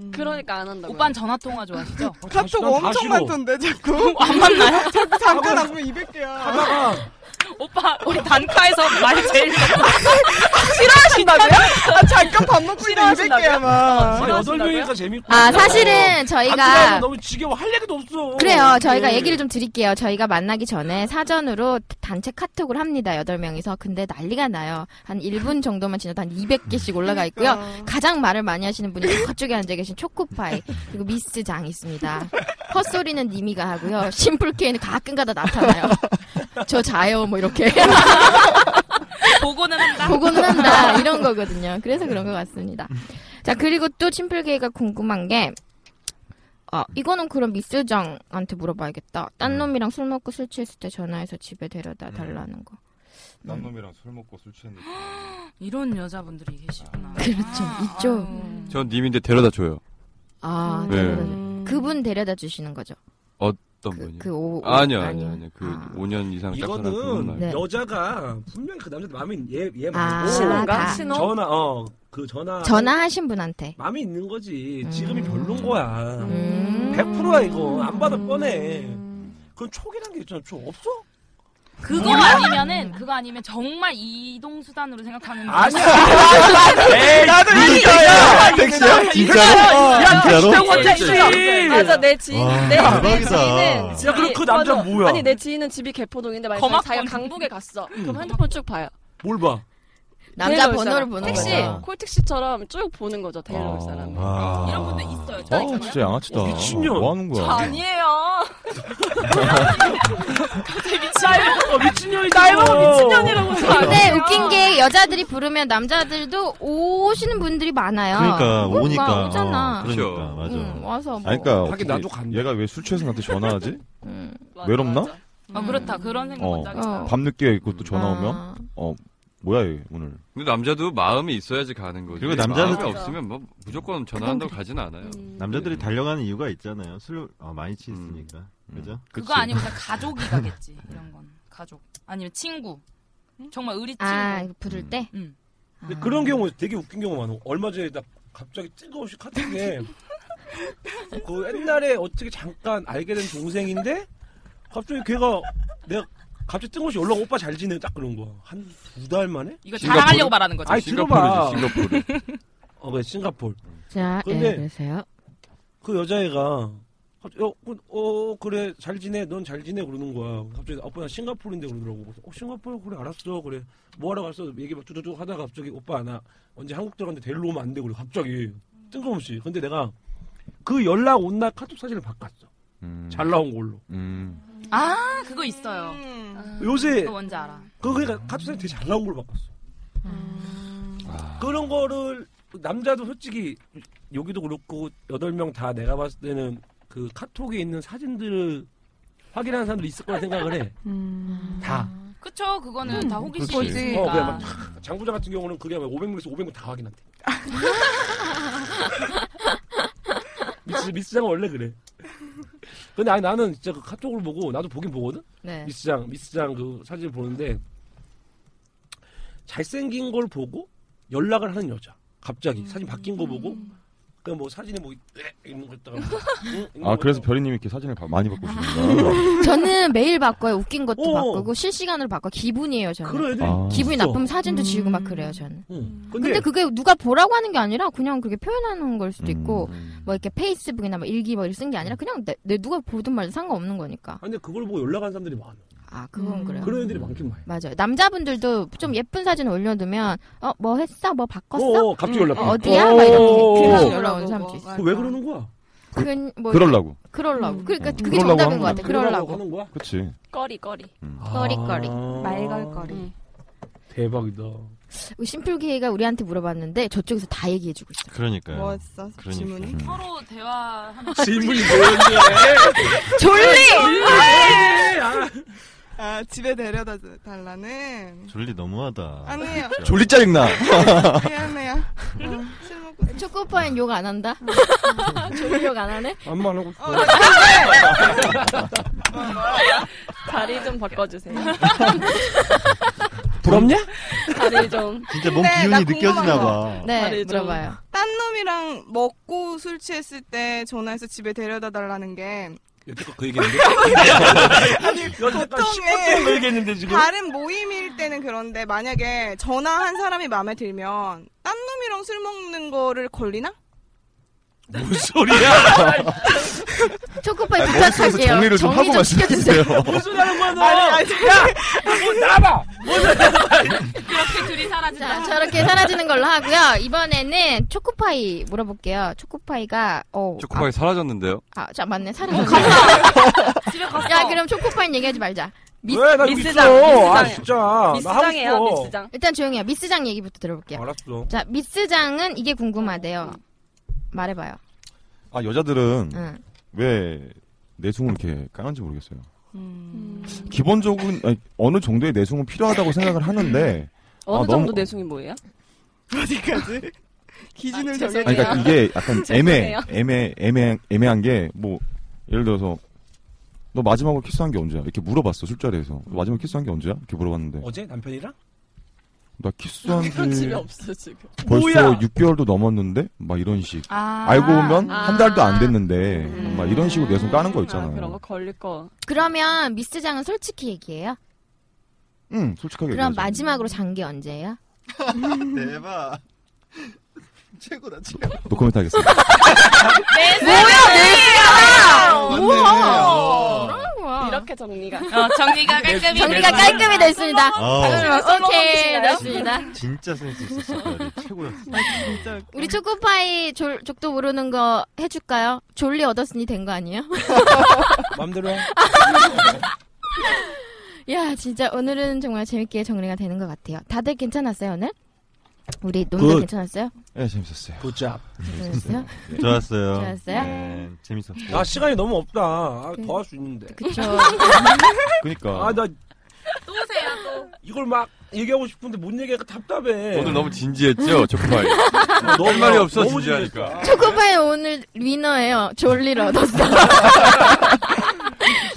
음. 그러니까 안 한다고. 오빠는 전화 통화 좋아하시죠? 카톡 난 엄청 다시로. 많던데 자꾸 안 만나요? 자꾸 잠깐 안 보면 200개야. 가다가 오빠 우리 단카에서 말 제일 싫어하신다고요? 아, 잠깐 밥 먹고 있는 200개야 막. 아, 여덟 명이니까 재밌고. 아, 사실은 저희가- 같이 가면 너무 지겨워 할 얘기도 없어. 그래요. 저희가 예. 얘기를 좀 드릴게요. 저희가 만나기 전에 사전으로 단체 카톡을 합니다. 여덟 명이서 근데 난리가 나요. 한 1분 정도만 지나도 한 200개씩 올라가 있고요. 그러니까. 가장 말을 많이 하시는 분이 저쪽에 앉아 계신 초코파이, 그리고 미스장이 있습니다. 헛소리는 니미가 하고요. 심플케이는 가끔가다 나타나요. 저 자요, 뭐 이렇게. 보고는 한다. 보고는 한다. 이런 거거든요. 그래서 그런 것 같습니다. 자, 그리고 또 심플게이가 궁금한 게, 아, 이거는 그럼 미스정한테 물어봐야겠다. 네. 딴 놈이랑 술 먹고 술 취했을 때 전화해서 집에 데려다 달라는 거. 남 놈이랑 술 먹고 술 취했는데. 이런 여자분들이 계시구나. 아. 그렇죠. 있죠. 전 님인데 데려다 줘요. 아, 음. 네. 데려다 그분 데려다 주시는 거죠. 어떤 분이? 그 오- 오- 아니요, 아니요, 아니요. 아니요. 그 5년 이상 짝사랑 그건 이거는 아니에요. 여자가 분명히 그 남자 마음에 얘얘 아, 말고 신호인가? 신호? 전화 어그 전화 전화하신 분한테. 마음에 있는 거지 지금이 별론 거야 음. 음. 100%야 이거 안 받아 뻔해 그럼 촉이란 게 있잖아 촉 없어? 그거 아니면은 그거 아니면 정말 이동 수단으로 생각하는 거 아니야. 아니야. 에이, 나도 진짜야? 택시야? 진짜로? 야, 진짜로? 맞아, 내 지인. 와, 내, 내 대박이다. 지인은. 야, 집이- 그럼 그 남자 맞아. 뭐야? 아니, 내 지인은 집이 개포동인데 만약에 거막 자기가 강북에 갔어. 그럼 핸드폰 쭉 봐요. 뭘 봐? 음. 남자 데일러 올 번호를 사람. 보는 택시, 거죠. 콜택시처럼 쭉 보는 거죠, 데일러 올 사람. 아. 이런 분들 있어요. 아, 진짜 양아치다. 미친년. 뭐 하는 거야? 아니에요. 어, 미친년이지. 날먹어 미친년이라고 근데 웃긴 게 여자들이 부르면 남자들도 오시는 분들이 많아요. 그러니까, 그러니까, 오니까. 오잖아. 어, 그렇죠. 그러니까, 맞아. 응, 와서 뭐. 아니, 그러니까 하긴 나도 어떻게 얘가 왜 술 취해서 나한테 전화하지? 외롭나? 아 그렇다 그런 생각 어. 못 하겠다. 밤늦게 있고 또 전화 아. 오면 어 뭐야 얘 오늘 근데 남자도 마음이 있어야지 가는 거지. 그리고 남자도- 마음이 없으면 뭐 무조건 전화한다고 가진 않아요. 음. 남자들이 달려가는 이유가 있잖아요. 술 어, 많이 취했으니까. 그죠? 음. 그거 아니면 그냥 가족이 가겠지 이런 건 가족 아니면 친구 정말 의리 친구. 뭐. 음. 아, 부를 때? 아. 응. 근데 그런 경우 되게 웃긴 경우 많아 얼마 전에 나 갑자기 뜬금없이 카톡에 그 옛날에 어떻게 잠깐 알게 된 동생인데 갑자기 걔가 내가 갑자기 뜬금없이 연락 오빠 잘 지내 딱 그런 거야 한 두 달 만에 이거 자랑하려고 싱가포르? 말하는 거죠. 아니 들어봐 싱가포르지, 어 그래 싱가폴 자, 예, 근데 그러세요. 그 여자애가 갑자기 어, 그- 어 그래 잘 지내 넌 잘 지내 그러는 거야 갑자기 아빠 나 싱가포르인데 그러더라고 그래서, 어 싱가포르 그래 알았어 그래 뭐하러 갔어 얘기 막 쭈쭈쭈 하다가 갑자기 오빠 나 언제 한국 들어갔는데 데리러 오면 안 돼 그래 갑자기 뜬금없이 근데 내가 그 연락 온 날 카톡 사진을 바꿨어 음, 잘 나온 걸로 아 그거 있어요. 요새- 그거 뭔지 알아. 그 그러니까 카톡 사진 되게 잘 나온 걸로 바꿨어 아. 그런 거를 남자도 솔직히 여기도 그렇고 여덟 명 다 내가 봤을 때는 그 음. 카톡에 있는 사진들을 확인하는 사람들이 있을 거라 생각을 해. 다. 그쵸 그거는 음, 다 그렇지. 호기심이니까. 어, 그냥 막 탁, 장부장 같은 경우는 그게 막 500m에서 500m 다 가긴 한대. 미스 미스장은 원래 그래. 근데 아니 나는 진짜 그 카톡을 보고 나도 보긴 보거든. 네. 미스장 미스장 그 사진을 보는데 잘생긴 걸 보고 연락을 하는 여자. 음. 갑자기 사진 바뀐 거 보고 그 뭐 사진에 뭐 에, 있는 거 있다가 뭐, 응? 있는 아 거 그래서 별이님이 이렇게 사진을 바- 많이 바꾸시는구나. 저는 매일 바꿔요. 웃긴 것도 어. 바꾸고 실시간으로 바꿔. 기분이에요 저는. 그래, 애들이 아. 음. 기분이 있어. 나쁘면 사진도 지우고 막 그래요 저는. 근데, 근데 그게 누가 보라고 하는 게 아니라 그냥 그렇게 표현하는 걸 음. 수도 있고 뭐 이렇게 페이스북이나 뭐 일기 뭐 쓴 게 아니라 그냥 내, 내 누가 보든 말든 상관없는 거니까. 아니 근데 그걸 보고 연락하는 사람들이 많아. 아 그건 그래요. 그런 애들이 많긴 많아. 맞아요. 남자분들도 좀 예쁜 사진 올려두면 어 뭐 했어? 뭐 바꿨어? 어, 어, 갑자기 연락. 어, 디야막 이렇게 그런 올라온 뭐, 사람도 있어. 그거 왜 그러는 거야? 그, 뭐, 그러려고. 그러려고. 그러니까 그게 그러려고 정답인 하는 것 같아. 거야. 그러려고. 아. 하는 거야? 그치. 음. 거리 거리. 거리거리. 음. 아. 말걸거리. 대박이다. 우리 심플기가 우리한테 물어봤는데 저쪽에서 다 얘기해 주고 있어. 그러니까요. 뭐였어? 그러니까. 음. 질문이? 서로 대화하는 질문이 아, 뭐였지? 졸리! 아, 아, 집에 데려다 주- 달라는. 졸리 너무하다. 아니에요. 졸리 짜증나. 미안해요. 어, 술 먹고. 초코파인 욕 안 한다? 졸리 욕 안 하네? 안말하고 싶어. 자리 좀 바꿔주세요. 부럽냐? 다리 좀. 진짜 몸 근데 나 기운이 궁금한 느껴지나 거. 봐. 네, 물어봐요. 딴 놈이랑 먹고 술 취했을 때 전화해서 집에 데려다 달라는 게 여태껏 그 얘기했는데? 아니, 여태껏 보통에- 10분 동안 그 얘기했는데 지금? 다른 모임일 때는 그런데 만약에 전화 한 사람이 마음에 들면 딴 놈이랑 술 먹는 거를 걸리나? 뭔 소리야? 초코파이 아니, 부탁할게요. 머릿속에서 정리를 좀 하고 시켜주세요. 말씀해주세요. 뭔 소리 하는 거야, 너? 나봐! 이렇게 둘이 사라진다. 자, 저렇게 사라지는 걸로 하고요. 이번에는 초코파이 물어볼게요. 초코파이가, 어. 초코파이 사라졌는데요. 아, 아, 자, 맞네. 사라졌네. 집에 갔어. 네. 야, 그럼 초코파이 얘기하지 말자. 미스, 왜? 나 여기 있어. 아, 진짜. 나 미스장이에요, 하고 싶어. 미스장. 일단 조용히 해요. 미스장 얘기부터 들어볼게요. 알았어. 자, 미스장은 이게 궁금하대요. 말해봐요. 아 여자들은 응. 왜 내숭을 이렇게 까는지 모르겠어요. 음. 기본적으로 아니, 어느 정도의 내숭은 필요하다고 생각을 하는데 어느 아, 정도 너무- 내숭이 뭐예요? 어디까지? 기준을 죄송해요. 아니, 그러니까 이게 약간 애매, 죄송해요. 애매, 애매, 애매한 게 뭐 예를 들어서 너 마지막으로 키스한 게 언제야? 이렇게 물어봤어 술자리에서 너 마지막 키스한 게 언제야? 이렇게 물어봤는데 어제 남편이랑? 나 키스한 남편 지 집에 없어, 지금. 벌써 뭐야? 6개월도 넘었는데 막 이런 식 아. 음. 알고 보면 한 달도 안 됐는데 막 이런 식으로 내손 까는 거 있잖아요. 그런 거 걸릴 거. 그러면 미스장은 솔직히 얘기해요. 응 솔직하게 그럼 얘기하자. 마지막으로 잔 게 언제예요? 대박. 최고다 최고. 노코멘트 하겠습니다. 뭐야, 내수야! 뭐야? 이렇게 정리가. 어, 정리가 깔끔히 정리가 됐어요. 깔끔히 됐습니다. 아, 어. 음, 오케이, 먹으시나요? 됐습니다. 진짜 센스 있었어. 최고였어. 진짜. 우리 초코파이 졸, 족도 모르는 거 해줄까요? 졸리 얻었으니 된 거 아니에요? 맘대로 해. 야, 진짜 오늘은 정말 재밌게 정리가 되는 것 같아요. 다들 괜찮았어요, 오늘? 우리 놈들 굿. 괜찮았어요? 예, 재밌었어요. 굿잡. 괜찮았어요? 네. 좋았어요. 좋았어요? 네, 재밌었고. 아 시간이 너무 없다. 더 할 수 있는데. 음. 그쵸. 그니까. 아나 또세요 또. 이걸 막 얘기하고 싶은데 못 얘기하니까 답답해. 오늘 너무 진지했죠, 초코파이. 어, 네. 너무 할 말이 없어 너무 진지하니까. 초코파이 오늘 위너예요. 졸리를 얻었어.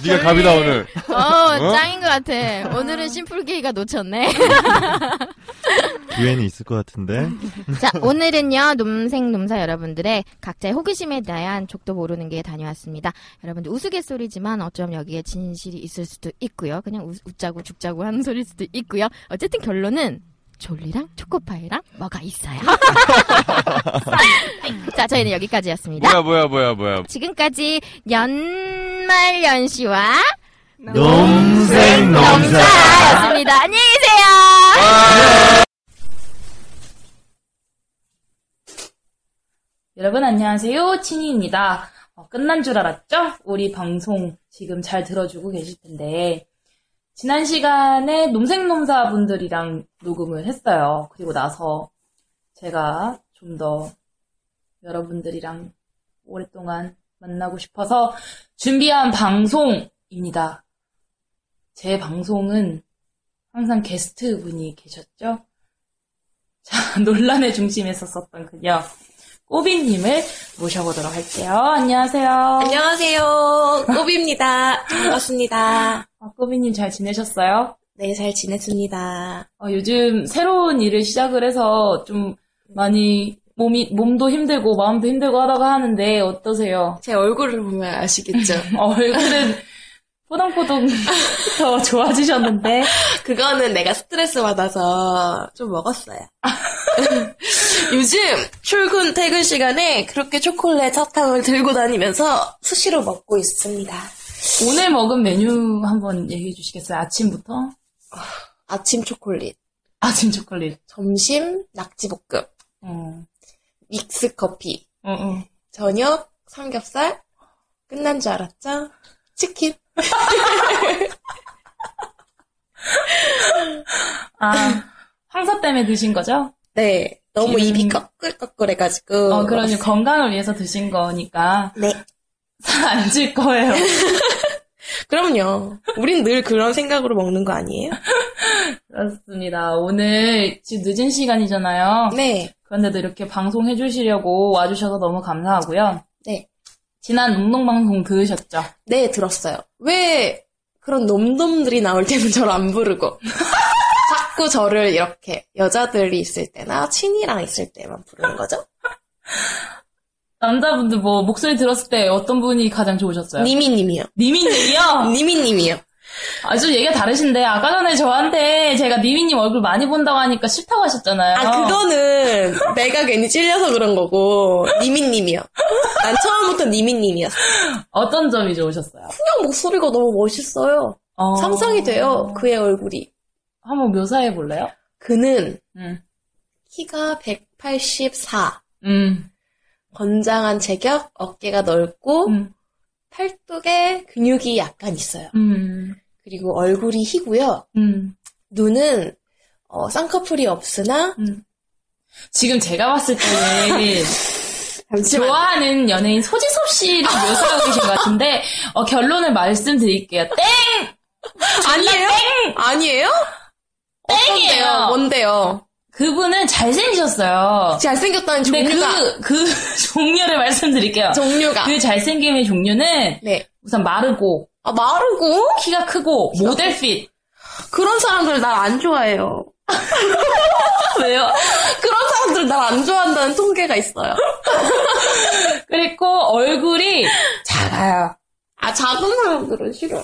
네가 갑이다 오늘. 어, 짱인 것 같아. 오늘은 심플게이가 놓쳤네. 기회는 있을 것 같은데. 자, 오늘은요, 놈생, 놈사 여러분들의 각자의 호기심에 대한 족도 모르는 게 다녀왔습니다. 여러분들 우스갯소리지만 어쩜 여기에 진실이 있을 수도 있고요. 그냥 우- 웃자고 죽자고 하는 소리일 수도 있고요. 어쨌든 결론은 졸리랑 초코파이랑 뭐가 있어요. 자, 저희는 여기까지였습니다. 뭐야 뭐야 뭐야 뭐야. 지금까지 연말연시와 농생 농사. 였습니다. 안녕히 계세요. 여러분 안녕하세요 친이입니다. 어, 끝난 줄 알았죠? 우리 방송 지금 잘 들어주고 계실 텐데 지난 시간에 놈생놈사 분들이랑 녹음을 했어요. 그리고 나서 제가 좀 더 여러분들이랑 오랫동안 만나고 싶어서 준비한 방송입니다. 제 방송은 항상 게스트 분이 계셨죠? 자, 논란의 중심에 섰었던 그녀, 꼬비님을 모셔보도록 할게요. 안녕하세요. 안녕하세요. 꼬비입니다. 반갑습니다. 아, 꼬비님 잘 지내셨어요? 네, 잘 지냈습니다. 어, 요즘 새로운 일을 시작을 해서 좀 많이 몸이, 몸도 힘들고 마음도 힘들고 하다고 하는데 어떠세요? 어, 제 얼굴을 보면 아시겠죠? 얼굴은 포동포동 더 좋아지셨는데. 그거는 내가 스트레스 받아서 좀 먹었어요. 요즘 출근 퇴근 시간에 그렇게 초콜릿 사탕을 들고 다니면서 수시로 먹고 있습니다. 오늘 먹은 메뉴 한번 얘기해 주시겠어요? 아침부터? 아침 초콜릿. 아침 초콜릿. 어. 점심 낙지볶음. 믹스 커피. 저녁 삼겹살. 끝난 줄 알았죠? 치킨. 아, 황사 때문에 드신 거죠? 네. 너무 입이 꺼끌꺼끌해가지고. 어, 음. 그러니 건강을 위해서 드신 거니까. 네. 안 질 거예요. 그럼요. 우린 늘 그런 생각으로 먹는 거 아니에요? 그렇습니다. 오늘 지금 늦은 시간이잖아요. 네. 그런데도 이렇게 방송해 주시려고 와주셔서 너무 감사하고요. 네. 지난 운동방송 들으셨죠? 네, 들었어요. 왜 그런 놈놈들이 나올 때는 저를 안 부르고. 자꾸 저를 이렇게 여자들이 있을 때나 친이랑 있을 때만 부르는 거죠? 남자분들 뭐 목소리 들었을 때 어떤 분이 가장 좋으셨어요? 니미님이요. 니미님이요? 니미님이요. 아주 얘기가 다르신데 아까 전에 저한테 제가 니미님 얼굴 많이 본다고 하니까 싫다고 하셨잖아요. 아, 그거는 내가 괜히 찔려서 그런 거고, 니미님이요. 난 처음부터 니미님이었어. 어떤 점이 좋으셨어요? 그냥 목소리가 너무 멋있어요. 어. 상상이 돼요, 그의 얼굴이. 한번 묘사해 볼래요? 그는 음. 키가 184. 음. 건장한 체격, 어깨가 넓고, 팔뚝에 근육이 약간 있어요. 음. 그리고 얼굴이 희고요. 음. 눈은 어, 쌍꺼풀이 없으나 지금 제가 봤을 때는 잠시만요. 좋아하는 연예인 소지섭 씨를 묘사하고 계신 것 같은데 어, 결론을 말씀드릴게요. 땡! 아니에요? 아니에요? 땡이에요. 뭔데요? 그분은 잘생기셨어요. 잘생겼다는 종류가 그, 그 종류를 말씀드릴게요. 종류가. 네. 그 잘생김의 종류는 우선 마르고 아, 마르고 키가 크고 그렇죠. 모델 핏 그런 사람들 날 안 좋아해요. 왜요? 그런 사람들 날 안 좋아한다는 통계가 있어요. 그리고 얼굴이 작아요. 아 작은 사람들은 싫어.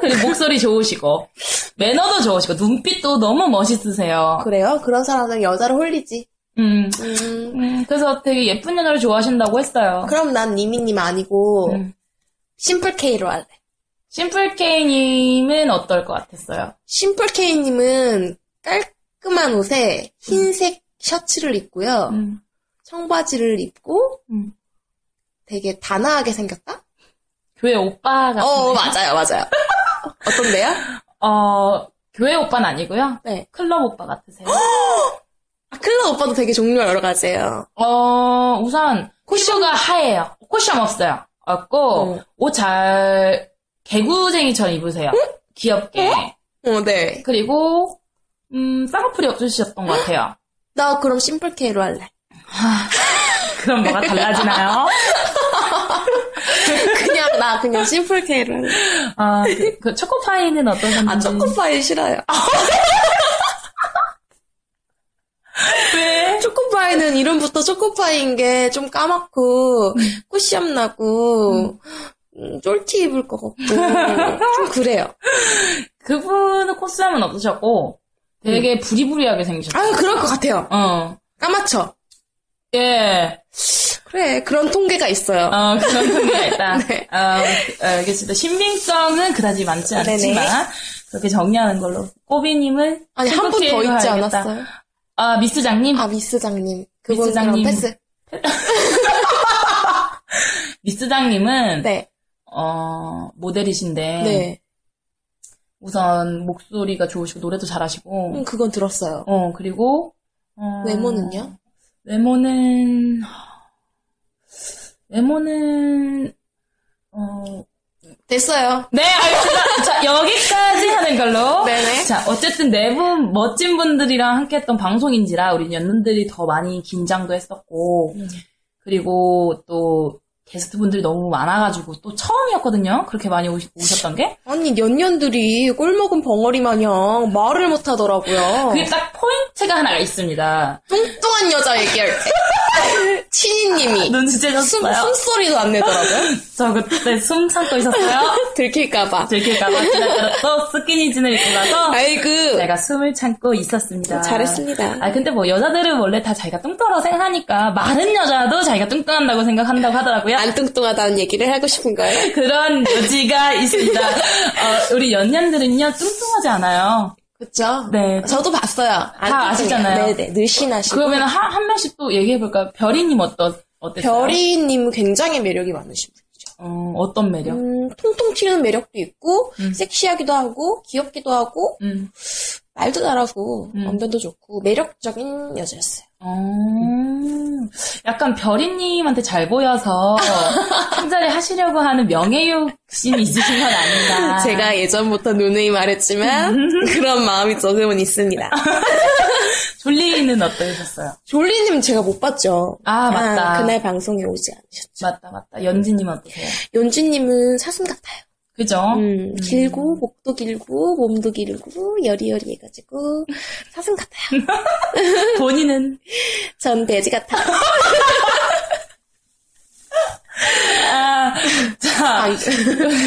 그리고 목소리 좋으시고 매너도 좋으시고 눈빛도 너무 멋있으세요. 그래요? 그런 사람들은 여자를 홀리지. 음. 음, 음, 그래서 되게 예쁜 여자를 좋아하신다고 했어요. 그럼 난 니미님 아니고 음. 심플 K로 할래. 심플 K님은 어떨 것 같았어요? 심플 K님은 깔끔한 옷에 흰색 셔츠를 입고요. 음. 청바지를 입고 되게 단아하게 생겼다? 교회 오빠 같은. 어, 맞아요, 맞아요. 어떤데요? 어, 교회 오빠는 아니고요. 네. 클럽 오빠 같으세요. 아, 클럽 오빠도 되게 종류가 여러 가지예요. 어, 우선 피부가 하얘요. 코시염 없어요. 없고 옷 잘 개구쟁이처럼 입으세요. 귀엽게. 어, 네. 그리고 음, 쌍꺼풀이 없으셨던 것 같아요. 나 그럼 심플 K로 할래. 그럼 뭐가 달라지나요? 그냥 나 그냥 심플 K로 할래. 아, 그, 그 초코파이는 어떤 건지. 아, 초코파이 싫어요. 왜? 초코파이는 이름부터 초코파이인 게 좀 까맣고 꽃시험 나고 음, 쫄티 입을 것 같고 좀 그래요. 그분은 코스염은 없으셨고 되게 부리부리하게 생기셨어요. 아 그럴 것 같아요. 어. 까맣죠? 예. 그래 그런 통계가 있어요. 어, 그런 분이 있다. 어, 어, 알겠습니다. 신빙성은 그다지 많지 네. 아, 네네. 않지만 그렇게 정리하는 걸로. 꼬비님은 아니 한 분 더 있지 않았어요? 아 미스장님? 아 미스장님 그분 그럼 미스장님. 패스. 미스장님은 어 모델이신데 네. 우선 목소리가 좋으시고 노래도 잘하시고 음, 그건 들었어요. 어 그리고 어, 외모는요? 외모는 외모는 어 됐어요. 네, 알겠습니다. 자, 여기까지 하는 걸로. 네네. 자, 어쨌든 네 분 멋진 분들이랑 함께 했던 방송인지라 우리 연인들이 더 많이 긴장도 했었고, 그리고 또 게스트 분들이 너무 많아가지고 또 처음이었거든요. 그렇게 많이 오시- 오셨던 게. 아니 연년들이 꼴 먹은 벙어리 마냥 말을 못 하더라고요. 그게 딱 포인트가 하나가 있습니다. 뚱뚱한 여자 얘기할 때 친이님이 눈치채셨어요. 숨, 숨소리도 안 내더라고요. 그러니까 저 그때 숨 참고 있었어요. 들킬까봐. 들킬까봐 지나가다 또 스키니진을 입고 가서 아이고. 제가 숨을 참고 있었습니다. 잘했습니다. 아 근데 뭐 여자들은 원래 다 자기가 뚱뚱하다고 생각하니까 마른 여자도 자기가 뚱뚱한다고 생각한다고 하더라고요. 안 뚱뚱하다는 얘기를 하고 싶은 거예요? 그런 여지가 있습니다. 어, 우리 연년들은요 뚱뚱하지 않아요. 그렇죠. 네. 저도 봤어요. 안 다 뚱뚱해요. 아시잖아요. 네, 네네. 늘씬하시고. 그러면 한, 한 명씩 또 얘기해 볼까요? 별이님 어떠 어땠어요? 별이님 굉장히 매력이 많으신 분이죠. 어, 떤 매력? 음, 통통 튀는 매력도 있고, 섹시하기도 하고, 귀엽기도 하고, 말도 잘하고, 언변도 좋고, 매력적인 여자였어요. 어, 약간 별이님한테 잘 보여서 한 자리 하시려고 하는 명예욕심이 있으신 건 아닌가. 제가 예전부터 누누이 말했지만, 그런 마음이 조금은 있습니다. 졸리는 어떠셨어요? 졸리님 제가 못 봤죠. 아, 맞다. 그날 방송에 오지 않으셨죠. 맞다, 맞다. 연지님 어떠세요? 연지님은 사슴 같아요. 그죠? 음, 길고, 목도 길고, 몸도 길고, 여리여리 해가지고, 사슴 같아요. 본인은? 전 돼지 같아요. 아, 자,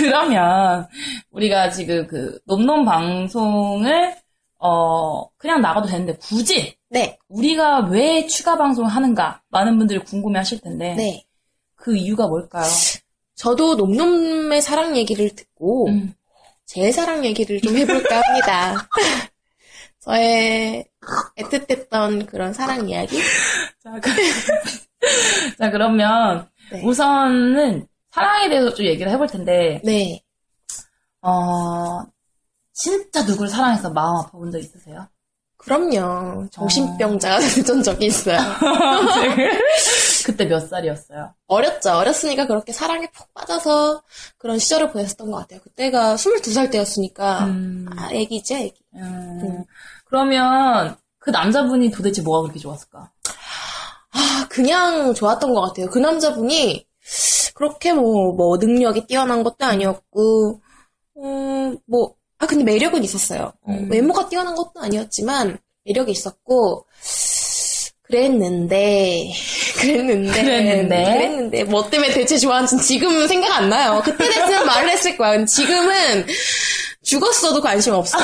그러면 우리가 지금 그 놈놈 방송을 어 그냥 나가도 되는데 굳이 네. 우리가 왜 추가 방송을 하는가 많은 분들이 궁금해하실 텐데 네. 그 이유가 뭘까요? 저도 놈놈의 사랑 얘기를 듣고 제 사랑 얘기를 좀 해볼까 합니다. 저의 애틋했던 그런 사랑 이야기? 자 그러면 우선은 사랑에 대해서 좀 얘기를 해볼 텐데 어 진짜 누굴 사랑해서 마음 아파본 적 있으세요? 그럼요. 어, 정신병자가 된 적이 있어요. 그때 몇 살이었어요? 어렸죠. 어렸으니까 그렇게 사랑에 푹 빠져서 그런 시절을 보냈었던 것 같아요. 그때가 22살 때였으니까 아, 애기지, 애기. 음. 그러면 그 남자분이 도대체 뭐가 그렇게 좋았을까? 아, 그냥 좋았던 것 같아요. 그 남자분이 그렇게 뭐, 뭐, 능력이 뛰어난 것도 아니었고, 음, 뭐, 아, 근데 매력은 있었어요. 외모가 뛰어난 것도 아니었지만, 매력이 있었고, 그랬는데, 그랬는데, 그랬는데? 그랬는데, 뭐 때문에 대체 좋아하는지 지금은 생각 안 나요. 그때 됐으면 말을 했을 거야. 근데 지금은 죽었어도 관심 없어.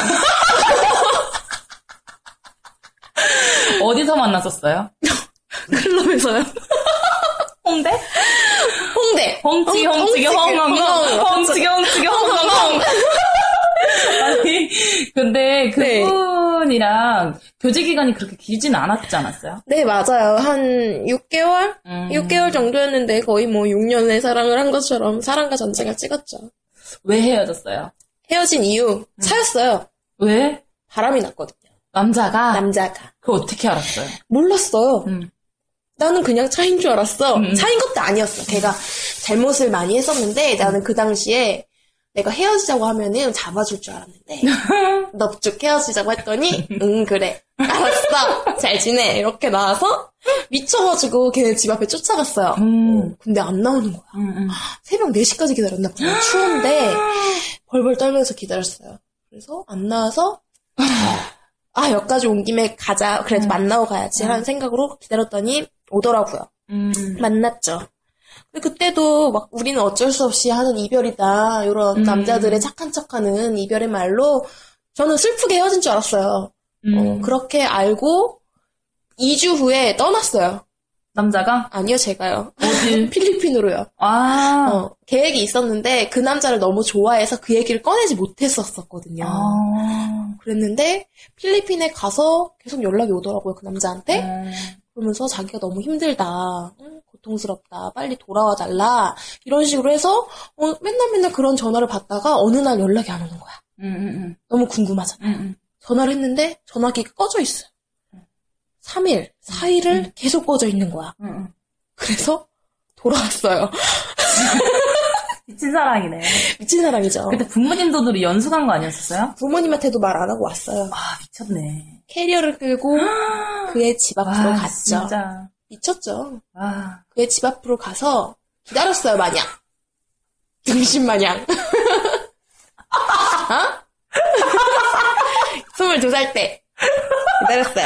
어디서 만났었어요? 클럽에서요. 홍대? 홍대. 홍치, 홍- 홍치기, 홍치기, 홍홍홍. 홍홍. 홍치기, 홍치기, 홍홍홍. 아니, 근데 네. 그분이랑 교제 기간이 그렇게 길진 않았지 않았어요? 네, 맞아요. 한 6개월? 6개월 정도였는데 거의 뭐 6년의 사랑을 한 것처럼 사랑과 전쟁을 찍었죠. 왜 헤어졌어요? 음. 헤어진 이유, 차였어요. 왜? 바람이 났거든요. 남자가? 남자가. 그걸 어떻게 알았어요? 음. 몰랐어요. 나는 그냥 차인 줄 알았어. 차인 것도 아니었어. 걔가 잘못을 많이 했었는데 나는 그 당시에 내가 헤어지자고 하면은 잡아줄 줄 알았는데 넙죽 헤어지자고 했더니 응 그래 알았어 잘 지내 이렇게 나와서 미쳐가지고 걔네 집 앞에 쫓아갔어요. 음. 근데 안 나오는 거야. 아, 새벽 4시까지 기다렸나 보다. 추운데 벌벌 떨면서 기다렸어요. 그래서 안 나와서 아 여기까지 온 김에 가자 그래도 만나고 가야지 하는 생각으로 기다렸더니 오더라고요. 음. 만났죠. 근데 그때도 막 우리는 어쩔 수 없이 하는 이별이다 이런 음. 남자들의 착한 척하는 이별의 말로 저는 슬프게 헤어진 줄 알았어요. 음. 어, 그렇게 알고 2주 후에 떠났어요. 남자가? 아니요, 제가요. 필리핀으로요. 아. 어, 계획이 있었는데 그 남자를 너무 좋아해서 그 얘기를 꺼내지 못했었거든요. 아. 그랬는데 필리핀에 가서 계속 연락이 오더라고요, 그 남자한테. 음. 그러면서 자기가 너무 힘들다. 응, 고통스럽다. 빨리 돌아와 달라. 이런 식으로 해서 어, 맨날 맨날 그런 전화를 받다가 어느 날 연락이 안 오는 거야. 음, 너무 궁금하잖아. 요 전화를 했는데 전화기가 꺼져 있어요. 3일, 4일을 계속 꺼져 있는 거야. 그래서 돌아왔어요. 찐사랑이네. 미친 사람이죠. 그때 부모님 돈으로 연수 간 거 아니었었어요? 부모님한테도 말 안 하고 왔어요. 미쳤네. 캐리어를 끌고 아, 그의 집 앞으로 와, 갔죠. 아, 진짜. 미쳤죠. 아, 그의 집 앞으로 가서 기다렸어요, 마냥. 등신 마냥. 어? 22살 때. 기다렸어요.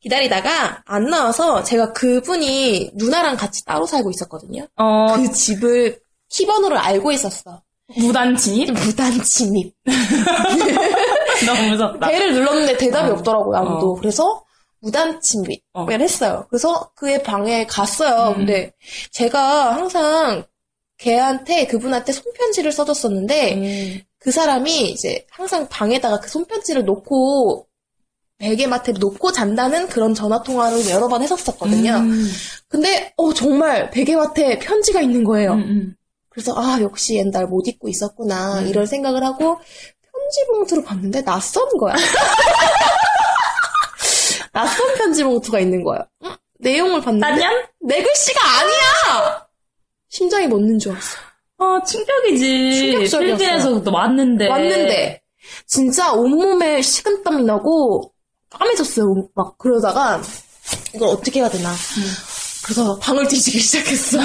기다리다가 안 나와서 제가 그분이 누나랑 같이 따로 살고 있었거든요. 어, 그 집을 키번호를 알고 있었어. 무단 침입? 그 무단 침입. 너무 무섭다. 배를 눌렀는데 대답이 어. 없더라고요, 아무도. 어. 그래서 무단 침입을 했어요. 그래서 그의 방에 갔어요. 근데 제가 항상 걔한테, 그분한테 손편지를 써줬었는데, 음. 그 사람이 이제 항상 방에다가 그 손편지를 놓고, 베개맡에 놓고 잔다는 그런 전화통화를 여러 번 했었었거든요. 음. 근데, 어, 정말 베개맡에 편지가 있는 거예요. 음, 그래서, 아, 역시 옛날 못 잊고 있었구나, 음. 이런 생각을 하고, 편지 봉투를 봤는데 낯선 거야. 낯선 편지 봉투가 있는 거야. 응? 내용을 봤는데 내 글씨가 아니야. 심장이 멎는 줄 알았어. 어, 충격이지. 충격적이었어. 필기에서도 왔는데. 왔는데 진짜 온몸에 식은땀이 나고 까매졌어요. 막 그러다가 이걸 어떻게 해야 되나. 그래서 방을 뒤지기 시작했어.